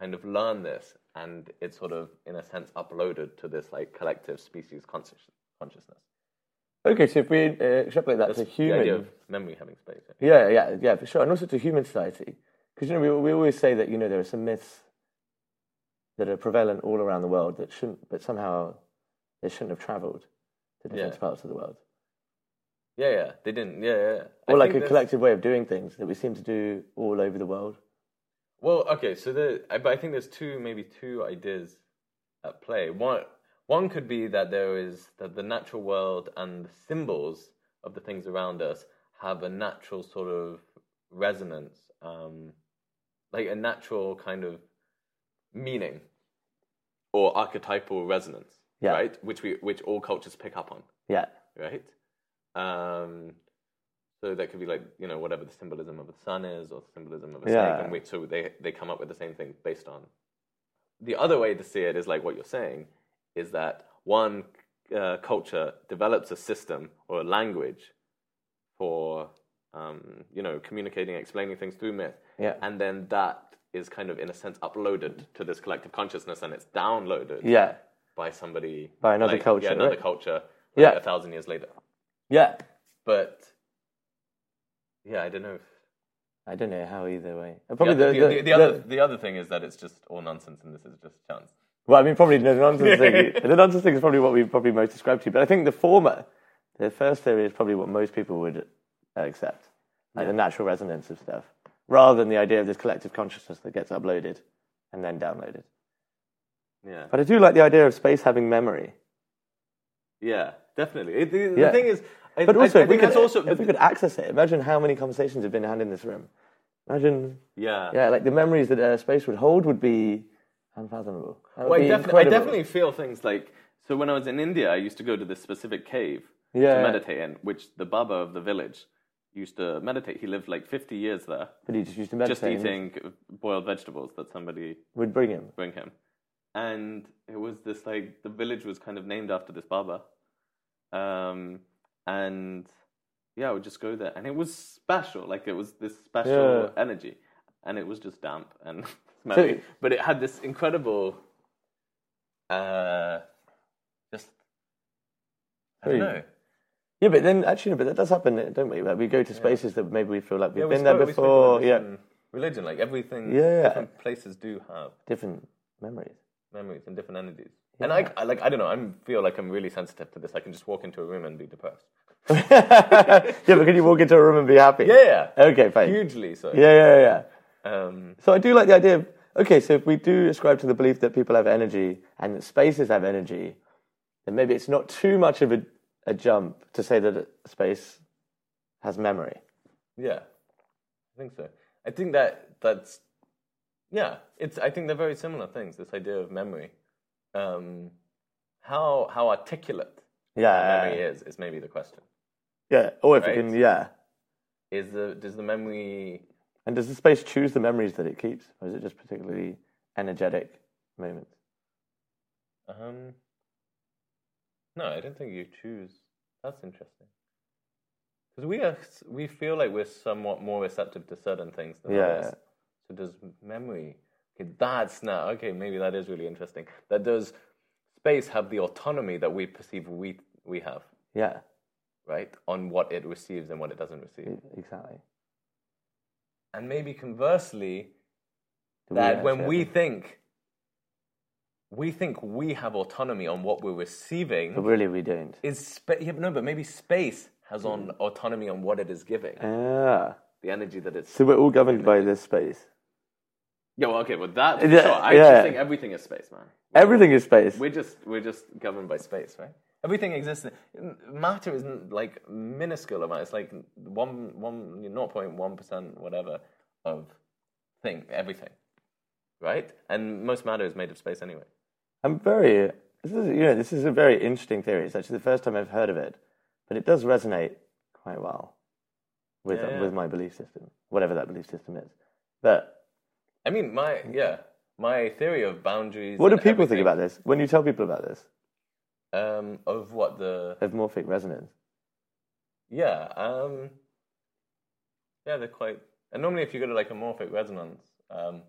Speaker 2: kind of learn this, and it's sort of, in a sense, uploaded to this like collective species conscious- consciousness.
Speaker 1: Okay, so if we uh, extrapolate that to
Speaker 2: The idea
Speaker 1: human.
Speaker 2: of memory having space.
Speaker 1: Yeah, yeah, yeah, for sure. And also to human society. Because, you know, we, we always say that, you know, there are some myths that are prevalent all around the world that shouldn't, but somehow they shouldn't have traveled to different
Speaker 2: Yeah.
Speaker 1: parts of the world.
Speaker 2: Yeah, yeah, they didn't. Yeah, yeah. yeah. I
Speaker 1: Or like
Speaker 2: think
Speaker 1: a
Speaker 2: this-
Speaker 1: collective way of doing things that we seem to do all over the world.
Speaker 2: Well, okay, so the I, but I think there's two maybe two ideas at play. One one could be that there is that the natural world and the symbols of the things around us have a natural sort of resonance, um, like a natural kind of meaning or archetypal resonance,
Speaker 1: Yeah.
Speaker 2: right? Which we which all cultures pick up on
Speaker 1: Yeah.
Speaker 2: right? Um, so that could be like you know whatever the symbolism of the sun is, or the symbolism of a snake,
Speaker 1: Yeah.
Speaker 2: and we, so they they come up with the same thing based on. The other way to see it is like what you're saying, is that one uh, culture develops a system or a language for um, you know communicating, explaining things through myth,
Speaker 1: Yeah.
Speaker 2: and then that is kind of in a sense uploaded to this collective consciousness, and it's downloaded
Speaker 1: Yeah.
Speaker 2: by somebody
Speaker 1: By another
Speaker 2: like,
Speaker 1: culture,
Speaker 2: yeah, another
Speaker 1: right?
Speaker 2: culture, like,
Speaker 1: Yeah.
Speaker 2: a thousand years later.
Speaker 1: Yeah.
Speaker 2: But yeah, I don't know. If,
Speaker 1: I don't know how either way. And
Speaker 2: yeah,
Speaker 1: Probably
Speaker 2: the,
Speaker 1: the,
Speaker 2: the- the other the other thing is that it's just all nonsense, and this is just chance.
Speaker 1: Well, I mean, probably the nonsense thing. The nonsense thing is probably what we probably most describe to you. But I think the former, the first theory, is probably what most people would uh, accept, like the natural resonance of stuff, rather than the idea of this collective consciousness that gets uploaded and then downloaded.
Speaker 2: Yeah,
Speaker 1: But I do like the idea of space having memory.
Speaker 2: yeah, definitely. It- the, the
Speaker 1: Yeah.
Speaker 2: thing is, I,
Speaker 1: But
Speaker 2: I-
Speaker 1: also,
Speaker 2: I,
Speaker 1: if, we
Speaker 2: think
Speaker 1: could,
Speaker 2: that's also.
Speaker 1: if
Speaker 2: But,
Speaker 1: we could access it, imagine how many conversations have been had in this room. Imagine,
Speaker 2: yeah,
Speaker 1: yeah, like the memories that uh, space would hold would be unfathomable. That would
Speaker 2: Well, I,
Speaker 1: be
Speaker 2: defi- I
Speaker 1: incredible.
Speaker 2: definitely feel things like so. When I was in India, I used to go to this specific cave
Speaker 1: Yeah.
Speaker 2: to meditate in, which the Baba of the village used to meditate. He lived like fifty years there,
Speaker 1: But he just used to
Speaker 2: just
Speaker 1: meditate. and
Speaker 2: eating boiled vegetables that somebody
Speaker 1: Would bring him.
Speaker 2: bring him. And it was this like the village was kind of named after this Baba. Um and yeah, I would just go there and it was special, like it was this special
Speaker 1: Yeah.
Speaker 2: energy. And it was just damp and smelly. but it had this incredible uh just I don't
Speaker 1: Hmm.
Speaker 2: know.
Speaker 1: Yeah, but then actually, but that does happen, don't we? Like we go to spaces that maybe we feel like we've
Speaker 2: Yeah, we
Speaker 1: been there
Speaker 2: spoke- we spoke
Speaker 1: before.
Speaker 2: about this
Speaker 1: Yeah,
Speaker 2: in Religion, like everything
Speaker 1: Yeah.
Speaker 2: different places do have
Speaker 1: different memories.
Speaker 2: memories and different energies. And I, I like I don't know, I am feel like I'm really sensitive to this. I can just walk into a room and be depressed.
Speaker 1: yeah, but can you walk into a room and be happy?
Speaker 2: Yeah.
Speaker 1: Okay, fine.
Speaker 2: Hugely so.
Speaker 1: Yeah, yeah, yeah.
Speaker 2: Um,
Speaker 1: So I do like the idea of okay. So if we do ascribe to the belief that people have energy and that spaces have energy, then maybe it's not too much of a, a jump to say that space has memory.
Speaker 2: yeah. I think so. I think that that's yeah, it's I think they're very similar things, this idea of memory. Um, how how articulate
Speaker 1: Uh,
Speaker 2: memory
Speaker 1: Yeah,
Speaker 2: is is maybe the question.
Speaker 1: yeah. Or if
Speaker 2: Right.
Speaker 1: it can, yeah.
Speaker 2: Is the does the memory
Speaker 1: And does the space choose the memories that it keeps, or is it just particularly energetic moments?
Speaker 2: um No, I don't think you choose. That's interesting. Because we are, we feel like we're somewhat more receptive to certain things than
Speaker 1: Yeah.
Speaker 2: others. So does memory? Okay, that's now okay. Maybe that is really interesting. That does space have the autonomy that we perceive we we have,
Speaker 1: Yeah, e-,
Speaker 2: right, on what it receives and what it doesn't
Speaker 1: Mm.
Speaker 2: receive.
Speaker 1: exactly.
Speaker 2: And maybe conversely,
Speaker 1: Do we
Speaker 2: that when
Speaker 1: actually-
Speaker 2: we think we think we have autonomy on what we're receiving,
Speaker 1: But really, we don't.
Speaker 2: is spa- yeah, no, but maybe space has on autonomy on what it is giving.
Speaker 1: Ah,
Speaker 2: The
Speaker 3: energy that it's.
Speaker 1: So we're all governed by this space.
Speaker 3: Yeah, well, okay, well that. for
Speaker 1: Yeah,
Speaker 3: sure. I
Speaker 1: yeah.
Speaker 3: just think everything is space, man.
Speaker 1: Everything is space.
Speaker 3: We're just we're just governed by space, right?
Speaker 2: Everything exists. Matter is like minuscule amount. It's like one one zero point one percent whatever of thing everything, right? And most matter is made of space anyway.
Speaker 1: I'm very. This is, you know, this is a very interesting theory. It's actually the first time I've heard of it, but it does resonate quite well with
Speaker 2: Yeah, yeah.
Speaker 1: with my belief system, whatever that belief system is. But
Speaker 2: I mean, my yeah, my theory of boundaries.
Speaker 1: what do
Speaker 2: and
Speaker 1: people think
Speaker 2: everything-
Speaker 1: about this when you tell people about this
Speaker 2: Um, of what the
Speaker 1: of morphic resonance?
Speaker 2: yeah um, yeah they're quite. And normally, if you go to like a morphic resonance um,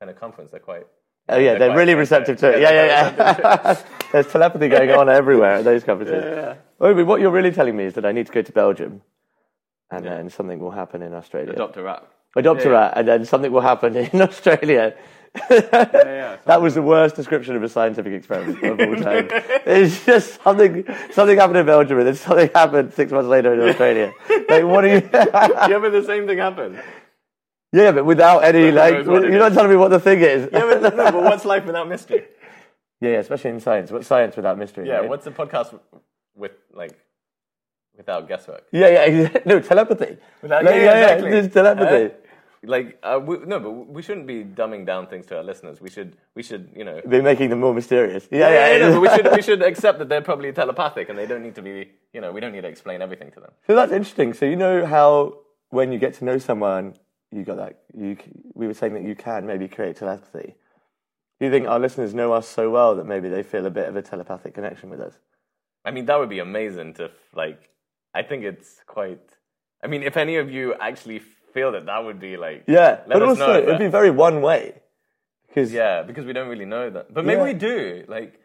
Speaker 2: kind of conference, they're quite.
Speaker 1: Oh yeah, they're
Speaker 2: quite-
Speaker 1: really
Speaker 2: they're
Speaker 1: receptive
Speaker 2: quite-
Speaker 1: to it.
Speaker 2: yeah,
Speaker 1: Yeah,
Speaker 2: they're
Speaker 1: yeah, yeah. There's telepathy going on everywhere at those conferences. Oh, but what you're really telling me is that I need to go to Belgium, and then something will happen in Australia.
Speaker 3: Adopt a rap.
Speaker 1: adopt a rat, and then something will happen in Australia.
Speaker 3: yeah,
Speaker 1: that was the worst description of a scientific experiment of all time. it's just something something happened in Belgium, and then something happened six months later in Australia. like, what are you?
Speaker 3: yeah, but the same thing happened.
Speaker 1: yeah, but without any like,
Speaker 3: it's what it
Speaker 1: you're not
Speaker 3: is.
Speaker 1: telling me what the thing is. Yeah,
Speaker 2: no, but what's life without mystery?
Speaker 1: yeah, especially in science. What's science without mystery?
Speaker 2: Yeah,
Speaker 1: right?
Speaker 2: what's the podcast with like without guesswork?
Speaker 1: Yeah, yeah, exa- no telepathy.
Speaker 2: Without-
Speaker 1: Like,
Speaker 2: yeah, yeah, exactly. Uh-huh.
Speaker 1: there's telepathy.
Speaker 2: Like, uh, we, no, but we shouldn't be dumbing down things to our listeners. We should, we should, you know.
Speaker 1: They're making them more mysterious. Yeah, yeah,
Speaker 2: Yeah, yeah,
Speaker 1: yeah.
Speaker 2: no, but we should, we should accept that they're probably telepathic and they don't need to be, you know, we don't need to explain everything to them.
Speaker 1: So that's interesting. So you know how when you get to know someone, you got that. You c- we were saying that you can maybe create telepathy. Do you think our listeners know us so well that maybe they feel a bit of a telepathic connection with us?
Speaker 2: I mean, that would be amazing to like. I think it's quite. I mean, if any of you actually feel that, that would be like.
Speaker 1: Yeah,
Speaker 2: Let
Speaker 1: but
Speaker 2: us
Speaker 1: also
Speaker 2: know,
Speaker 1: it'd
Speaker 2: but-
Speaker 1: be very one way. Because
Speaker 2: Yeah, because we don't really know that. But maybe
Speaker 1: Yeah.
Speaker 2: we do. Like,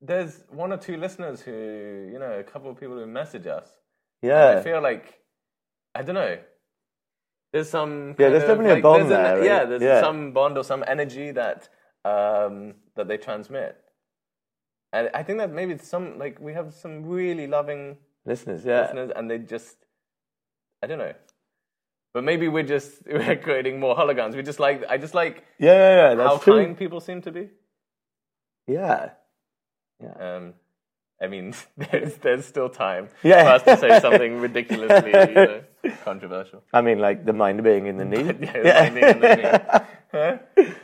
Speaker 2: there's one or two listeners who, you know, a couple of people who message us. I
Speaker 1: yeah,
Speaker 2: feel like I don't know. There's some
Speaker 1: Yeah,
Speaker 2: kind
Speaker 1: there's
Speaker 2: of,
Speaker 1: definitely a
Speaker 2: like,
Speaker 1: bond
Speaker 2: there's an-
Speaker 1: there, right?
Speaker 2: Yeah, there's
Speaker 1: Yeah.
Speaker 2: some bond or some energy that um, that they transmit. And I think that maybe it's some like we have some really loving
Speaker 1: listeners. Yeah,
Speaker 2: listeners, and they just I don't know. But maybe we're just we're creating more holograms. We just like I just like
Speaker 1: yeah, yeah, yeah. That's
Speaker 2: how
Speaker 1: true.
Speaker 2: kind people seem to be.
Speaker 1: Yeah,
Speaker 2: Um, I mean, there's there's still time
Speaker 1: Yeah.
Speaker 2: for us to say something ridiculously you know, controversial.
Speaker 1: I mean, like the mind being
Speaker 2: Mm.
Speaker 1: in the knee.
Speaker 2: yeah, landing on the knee. Huh?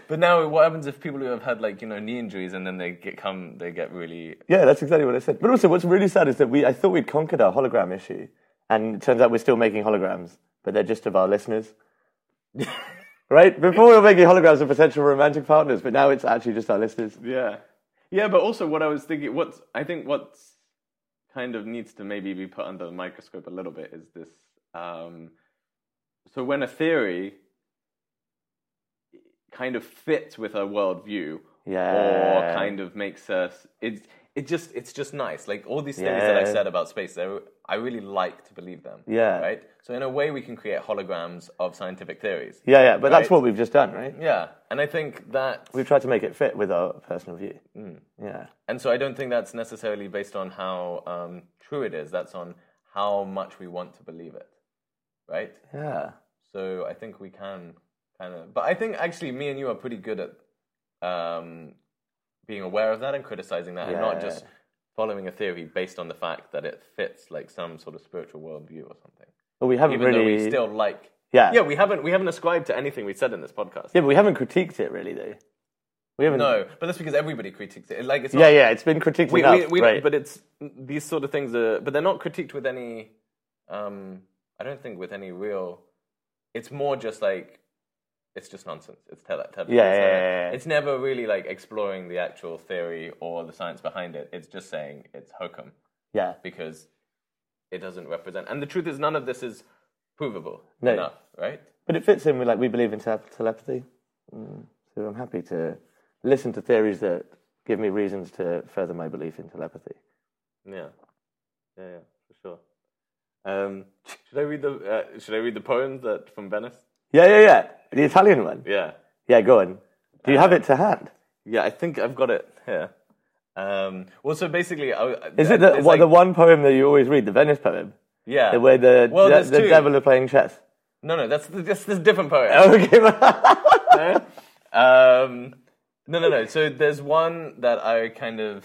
Speaker 2: But now, what happens if people who have had like you know knee injuries and then they get come they get really
Speaker 1: Yeah, that's exactly what I said. But also, what's really sad is that we I thought we'd conquered our hologram issue, and it turns out we're still making holograms, but they're just of our listeners. right? Before we were making holograms of potential romantic partners, but now it's actually just our listeners.
Speaker 3: Yeah, yeah, but also what I was thinking, what's I think what's kind of needs to maybe be put under the microscope a little bit is this. Um, so when a theory kind of fits with a worldview,
Speaker 1: Yeah.
Speaker 3: or kind of makes us, it's
Speaker 2: it just it's just nice like all these theories that I
Speaker 1: Yeah.
Speaker 2: said about space I, I really like to believe them
Speaker 1: Yeah.
Speaker 2: right so in a way we can create holograms of scientific theories
Speaker 1: Yeah, yeah, but that's
Speaker 2: Right.
Speaker 1: what we've just done, right?
Speaker 2: yeah and I think that
Speaker 1: We've tried to make it fit with our personal view. Mm, Yeah.
Speaker 2: and so I don't think that's necessarily based on how um, true it is that's on how much we want to believe it right
Speaker 1: Yeah.
Speaker 2: So I think we can kind of, but I think actually me and you are pretty good at um, being aware of that and criticizing that, and not just following a theory based on the fact that it fits like some sort of spiritual worldview or something.
Speaker 1: But we haven't
Speaker 2: Even though
Speaker 1: really.
Speaker 2: we still like,
Speaker 1: yeah.
Speaker 2: yeah, we haven't we haven't ascribed to anything we said in this podcast.
Speaker 1: yeah, but we haven't critiqued it really, though. We haven't.
Speaker 2: No, but that's because everybody critiques it. Like it's not,
Speaker 1: Yeah, yeah, it's been critiqued
Speaker 2: we,
Speaker 1: enough.
Speaker 2: we, we
Speaker 1: right.
Speaker 2: but it's these sort of things are, but they're not critiqued with any. Um, I don't think with any real. It's more just like, it's just nonsense. It's tele, tele
Speaker 1: Yeah,
Speaker 2: it's,
Speaker 1: yeah,
Speaker 2: never,
Speaker 1: yeah, yeah.
Speaker 2: it's never really like exploring the actual theory or the science behind it. It's just saying it's hokum
Speaker 1: yeah.
Speaker 2: because it doesn't represent. And the truth is, none of this is provable
Speaker 1: No.
Speaker 2: enough, right?
Speaker 1: But it fits in with like we believe in tele- telepathy, mm. so I'm happy to listen to theories that give me reasons to further my belief in telepathy.
Speaker 2: Yeah, yeah, yeah, for sure. Um, should I read the uh, Should I read the poems that from Venice?
Speaker 1: Yeah, yeah, yeah. The Italian one.
Speaker 2: Yeah.
Speaker 1: Yeah, go on. Do you have it to hand?
Speaker 2: Yeah, I think I've got it here. Um, well, so basically, I,
Speaker 1: Is it the, what,
Speaker 2: it's like-
Speaker 1: the one poem that you always read, the Venice poem,
Speaker 2: yeah
Speaker 1: where the
Speaker 2: well,
Speaker 1: the,
Speaker 2: there's
Speaker 1: the
Speaker 2: two.
Speaker 1: devil are playing chess?
Speaker 2: No, no, that's that's this different poet.
Speaker 1: Okay. Oh.
Speaker 2: Um, no, no, no. So there's one that I kind of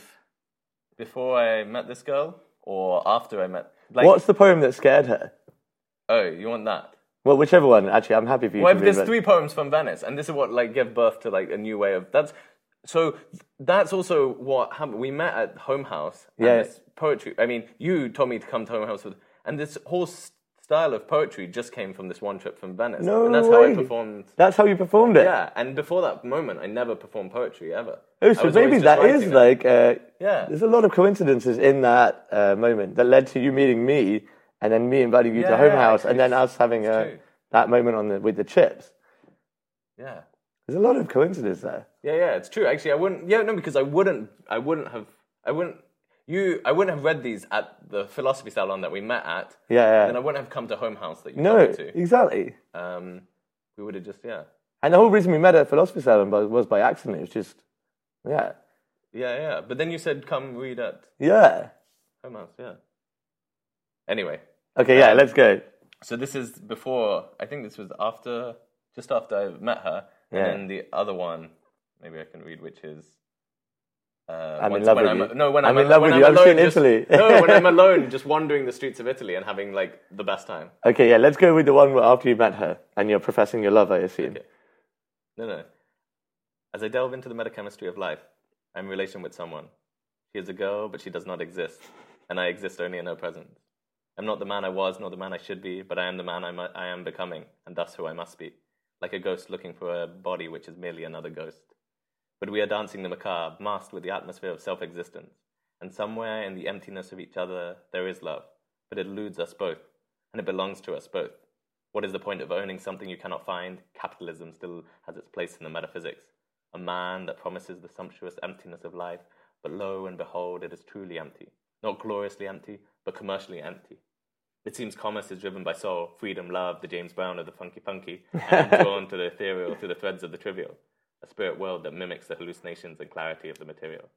Speaker 2: before I met this girl or after I met. Like,
Speaker 1: What's the poem that scared her?
Speaker 2: Oh, you want that?
Speaker 1: Well, whichever one. Actually, I'm happy for you.
Speaker 2: Well,
Speaker 1: to
Speaker 2: there's
Speaker 1: read it.
Speaker 2: three poems from Venice, and this is what like give birth to like a new way of that's. So that's also what happened. We met at Home House. and
Speaker 1: Yeah.
Speaker 2: this poetry. I mean, you told me to come to Home House with, and this whole s- style of poetry just came from this one trip from Venice.
Speaker 1: No
Speaker 2: and that's how
Speaker 1: way.
Speaker 2: I performed.
Speaker 1: That's how you performed it.
Speaker 2: Yeah, and before that moment, I never performed poetry ever.
Speaker 1: Oh,
Speaker 2: I
Speaker 1: so
Speaker 2: was always
Speaker 1: maybe
Speaker 2: just
Speaker 1: that
Speaker 2: writing
Speaker 1: is
Speaker 2: it.
Speaker 1: like. Uh,
Speaker 2: Yeah.
Speaker 1: There's a lot of coincidences in that uh, moment that led to you meeting me, and then me inviting you to
Speaker 2: Yeah,
Speaker 1: home
Speaker 2: yeah,
Speaker 1: house, and then
Speaker 2: it's-
Speaker 1: us having
Speaker 2: it's
Speaker 1: a,
Speaker 2: true.
Speaker 1: that moment on the, with the chips.
Speaker 2: Yeah.
Speaker 1: There's a lot of coincidence there.
Speaker 2: Yeah, yeah, it's true. Actually, I wouldn't. Yeah, no, because I wouldn't. I wouldn't have. I wouldn't. You. I wouldn't have read these at the philosophy salon that we met at.
Speaker 1: Yeah, yeah.
Speaker 2: And I wouldn't have come to home house that you
Speaker 1: No,
Speaker 2: told me
Speaker 1: exactly.
Speaker 2: to. Um, we would have just yeah,
Speaker 1: And the whole reason we met at Philosophy Salon was, was by accident. It was just, yeah,
Speaker 2: yeah, yeah. But then you said come read at
Speaker 1: yeah.
Speaker 2: home house. Yeah. Anyway,
Speaker 1: Okay,
Speaker 2: Um,
Speaker 1: yeah, let's go.
Speaker 2: so this is before. I think this was after, just after I met her.
Speaker 1: Yeah.
Speaker 2: And then the other one, maybe I can read, which is. Uh,
Speaker 1: I'm in
Speaker 2: once-
Speaker 1: love
Speaker 2: when
Speaker 1: with
Speaker 2: I'm,
Speaker 1: you.
Speaker 2: No, when
Speaker 1: I'm
Speaker 2: I'm,
Speaker 1: in love
Speaker 2: when
Speaker 1: with you.
Speaker 2: I'm
Speaker 1: I've
Speaker 2: alone,
Speaker 1: seen
Speaker 2: just-
Speaker 1: Italy.
Speaker 2: no, when I'm alone, just wandering the streets of Italy and having like the best time.
Speaker 1: Okay, yeah, let's go with the one where after you met her and you're professing your love, I assume.
Speaker 2: Okay. No, no. As I delve into the metachemistry of life, I'm in relation with someone. She is a girl, but she does not exist, and I exist only in her presence. I'm not the man I was, nor the man I should be, but I am the man I, mu- I am becoming, and thus who I must be, like a ghost looking for a body which is merely another ghost. But we are dancing the macabre, masked with the atmosphere of self existence, and somewhere in the emptiness of each other there is love, but it eludes us both, and it belongs to us both. What is the point of owning something you cannot find? Capitalism still has its place in the metaphysics. A man that promises the sumptuous emptiness of life, but lo and behold, it is truly empty. Not gloriously empty, but commercially empty. It seems commerce is driven by soul, freedom, love, the James Brown of the funky funky, and I'm drawn to the ethereal through the threads of the trivial, a spirit world that mimics the hallucinations and clarity of the material,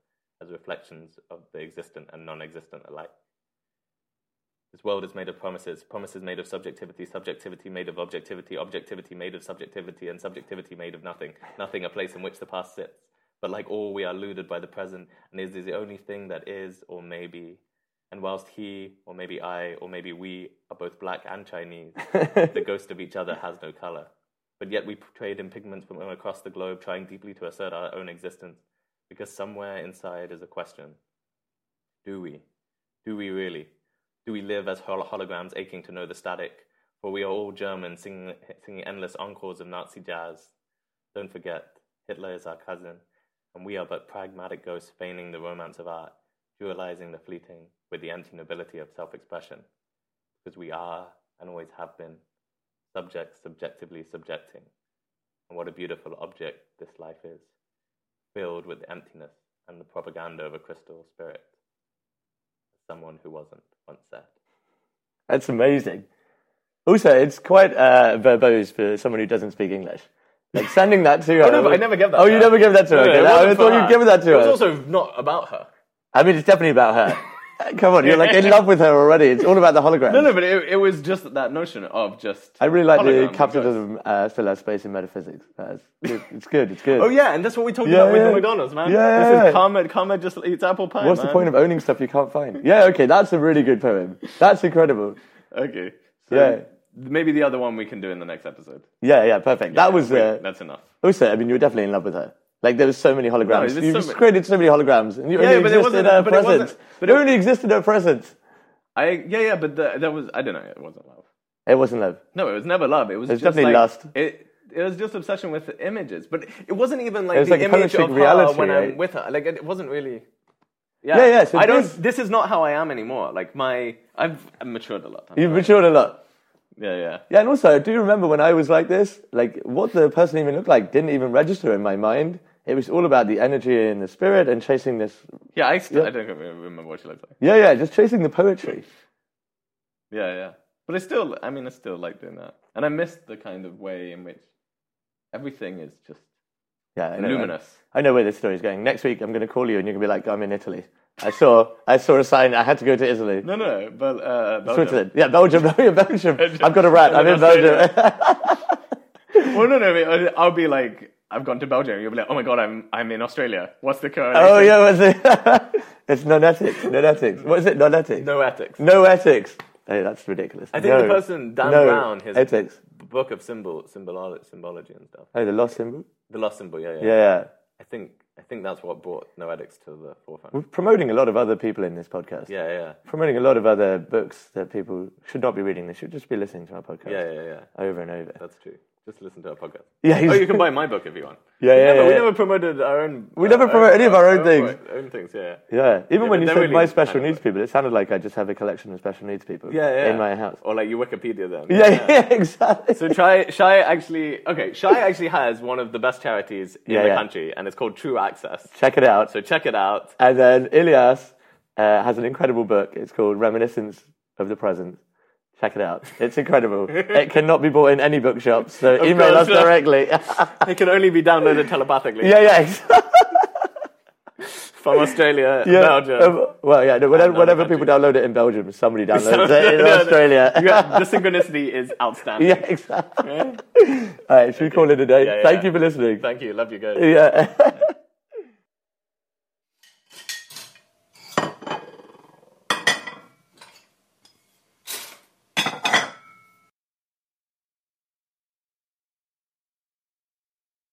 Speaker 2: as reflections of the existent and non existent alike. This world is made of promises, promises made of subjectivity, subjectivity made of objectivity, objectivity made of subjectivity, and subjectivity made of nothing. Nothing a place in which the past sits. But like all, we are eluded by the present, and is the only thing that is or may be. And whilst he, or maybe I, or maybe we, are both black and Chinese, the ghost of each other has no colour. But yet we trade in pigments from across the globe, trying deeply to assert our own existence, because somewhere inside is a question. Do we? Do we really? Do we live as hol- holograms aching to know the static? For we are all German, singing, singing endless encores of Nazi jazz. Don't forget, Hitler is our cousin, and we are but pragmatic ghosts feigning the romance of art, dualizing the fleeting with the empty nobility of self expression. Because we are, and always have been, subjects subjectively subjecting. And what a beautiful object this life is, filled with emptiness and the propaganda of a crystal spirit. Someone who wasn't once said.
Speaker 1: That's amazing. Also, it's quite uh, verbose for someone who doesn't speak English. Like sending that to her.
Speaker 2: no, but I never gave that
Speaker 1: Oh,
Speaker 2: to
Speaker 1: you
Speaker 2: her.
Speaker 1: never gave that to her. okay.
Speaker 2: it
Speaker 1: I
Speaker 2: wasn't
Speaker 1: thought
Speaker 2: for
Speaker 1: you'd
Speaker 2: her.
Speaker 1: given that to
Speaker 2: It
Speaker 1: her.
Speaker 2: was also not about her.
Speaker 1: I mean, it's definitely about her. Come on, you're like in love with her already. It's all about the hologram.
Speaker 3: No, no, but it, it was just that notion of just.
Speaker 1: I really like
Speaker 3: hologram,
Speaker 1: the capitalism uh, still has space in metaphysics. Uh, it's good. It's good. It's good.
Speaker 3: Oh yeah, and that's what we talked
Speaker 1: Yeah,
Speaker 3: about with
Speaker 1: yeah.
Speaker 3: the McDonald's, man.
Speaker 1: Yeah,
Speaker 3: this
Speaker 1: yeah, yeah.
Speaker 3: is karma. Karma just eats apple pie.
Speaker 1: What's the point of owning stuff you can't find? Yeah, okay, that's a really good poem. That's incredible.
Speaker 3: Okay. So
Speaker 1: Yeah.
Speaker 3: Maybe the other one we can do in the next episode.
Speaker 1: Yeah, yeah, perfect. that was
Speaker 3: Wait,
Speaker 1: uh,
Speaker 3: that's enough.
Speaker 1: also. I mean, you were definitely in love with her. Like there was so many holograms.
Speaker 3: there's
Speaker 1: you
Speaker 3: so
Speaker 1: just
Speaker 3: many-
Speaker 1: created so many holograms, and you
Speaker 3: Yeah,
Speaker 1: only
Speaker 3: but it
Speaker 1: existed in
Speaker 3: wasn't-
Speaker 1: her
Speaker 3: but it wasn't-
Speaker 1: presence.
Speaker 3: but
Speaker 1: you
Speaker 3: it-
Speaker 1: only existed in her presence.
Speaker 3: I yeah yeah, but the, that was I don't know. It wasn't love.
Speaker 1: It wasn't love.
Speaker 3: No, it was never love. It was
Speaker 1: It's
Speaker 3: just
Speaker 1: definitely
Speaker 3: like,
Speaker 1: lust.
Speaker 3: It it was just obsession with images, but it wasn't even like
Speaker 1: was
Speaker 3: the
Speaker 1: like
Speaker 3: image
Speaker 1: poetic
Speaker 3: of
Speaker 1: reality,
Speaker 3: her when
Speaker 1: right?
Speaker 3: I'm with her. Like it wasn't really. Yeah,
Speaker 1: Yeah, yeah, so
Speaker 3: I don't.
Speaker 1: this-
Speaker 3: This is not how I am anymore. Like my, I've matured a lot. I'm
Speaker 1: You've
Speaker 3: sorry.
Speaker 1: matured a lot.
Speaker 3: yeah, yeah.
Speaker 1: Yeah, and also, do you remember when I was like this? Like, what the person even looked like didn't even register in my mind. It was all about the energy and the spirit and chasing this.
Speaker 3: Yeah, I, still, I don't remember what she looked like.
Speaker 1: Yeah, yeah, just chasing the poetry.
Speaker 3: Yeah, yeah. But I still, I mean, I still like doing that. And I miss the kind of way in which everything is just
Speaker 1: Yeah, I know,
Speaker 3: luminous.
Speaker 1: I, I know where this story is going. Next week, I'm going to call you and you're going to be like, I'm in Italy. I saw I saw a sign. I had to go to Italy.
Speaker 4: No, no, but uh, Belgium.
Speaker 1: Switzerland. Yeah, Belgium. Belgium. Belgium. I've got a rat. I'm in Belgium.
Speaker 4: Well, no, no, I- I'll be like, I've gone to Belgium. You'll be like, oh my god, I'm I'm in Australia. What's the correlation?
Speaker 1: oh yeah, what's it? it's nonetics. Nonetics. What is it? Nonetics.
Speaker 2: No ethics.
Speaker 1: No ethics. Hey, that's ridiculous.
Speaker 2: I think the person Dan
Speaker 1: no
Speaker 2: Brown, his
Speaker 1: ethics.
Speaker 2: book of symbol symbol symbology and stuff.
Speaker 1: Oh, the lost symbol.
Speaker 2: The last symbol, yeah, yeah.
Speaker 1: Yeah, yeah.
Speaker 2: I think I think that's what brought noetics to the
Speaker 1: We're
Speaker 2: forefront.
Speaker 1: promoting a lot of other people in this podcast.
Speaker 2: Yeah, yeah,
Speaker 1: Promoting a lot of other books that people should not be reading. They should just be listening to our podcast
Speaker 2: yeah, yeah, yeah, yeah.
Speaker 1: over and over.
Speaker 2: That's true. Just listen to our podcast.
Speaker 1: Yeah,
Speaker 2: Oh, you can buy my book if you want.
Speaker 1: yeah, yeah,
Speaker 2: But
Speaker 1: yeah.
Speaker 2: we never promoted our own.
Speaker 1: We never promote any of our own things.
Speaker 2: Own things, yeah.
Speaker 1: Yeah, even when
Speaker 2: Yeah, but
Speaker 1: you
Speaker 2: they're
Speaker 1: said
Speaker 2: really
Speaker 1: my special
Speaker 2: kind of
Speaker 1: needs people, it sounded like I just have a collection of special needs people
Speaker 2: Yeah, yeah.
Speaker 1: in my house.
Speaker 2: Or like you Wikipedia them.
Speaker 1: Yeah, yeah, exactly.
Speaker 2: So try Shai actually okay, Shai actually has one of the best charities in
Speaker 1: Yeah,
Speaker 2: the
Speaker 1: yeah.
Speaker 2: country and it's called True Access.
Speaker 1: Check it out.
Speaker 2: So check it out.
Speaker 1: And then Ilias uh, has an incredible book. It's called Reminiscence of the Present. Check it out. It's incredible. it cannot be bought in any bookshop, so email
Speaker 2: course
Speaker 1: us
Speaker 2: not.
Speaker 1: directly.
Speaker 2: It can only be downloaded telepathically
Speaker 1: yeah, yeah. exactly.
Speaker 2: from Australia,
Speaker 1: Yeah.
Speaker 2: Belgium.
Speaker 1: Um, well, yeah, no, whenever,
Speaker 2: other
Speaker 1: whenever people download it in Belgium, somebody downloads it in Australia.
Speaker 2: Yeah, the synchronicity is outstanding.
Speaker 1: yeah, exactly. All right, should we call it a day?
Speaker 2: Yeah,
Speaker 1: Thank
Speaker 2: yeah.
Speaker 1: you for listening.
Speaker 2: Thank you. Love you guys.
Speaker 1: yeah.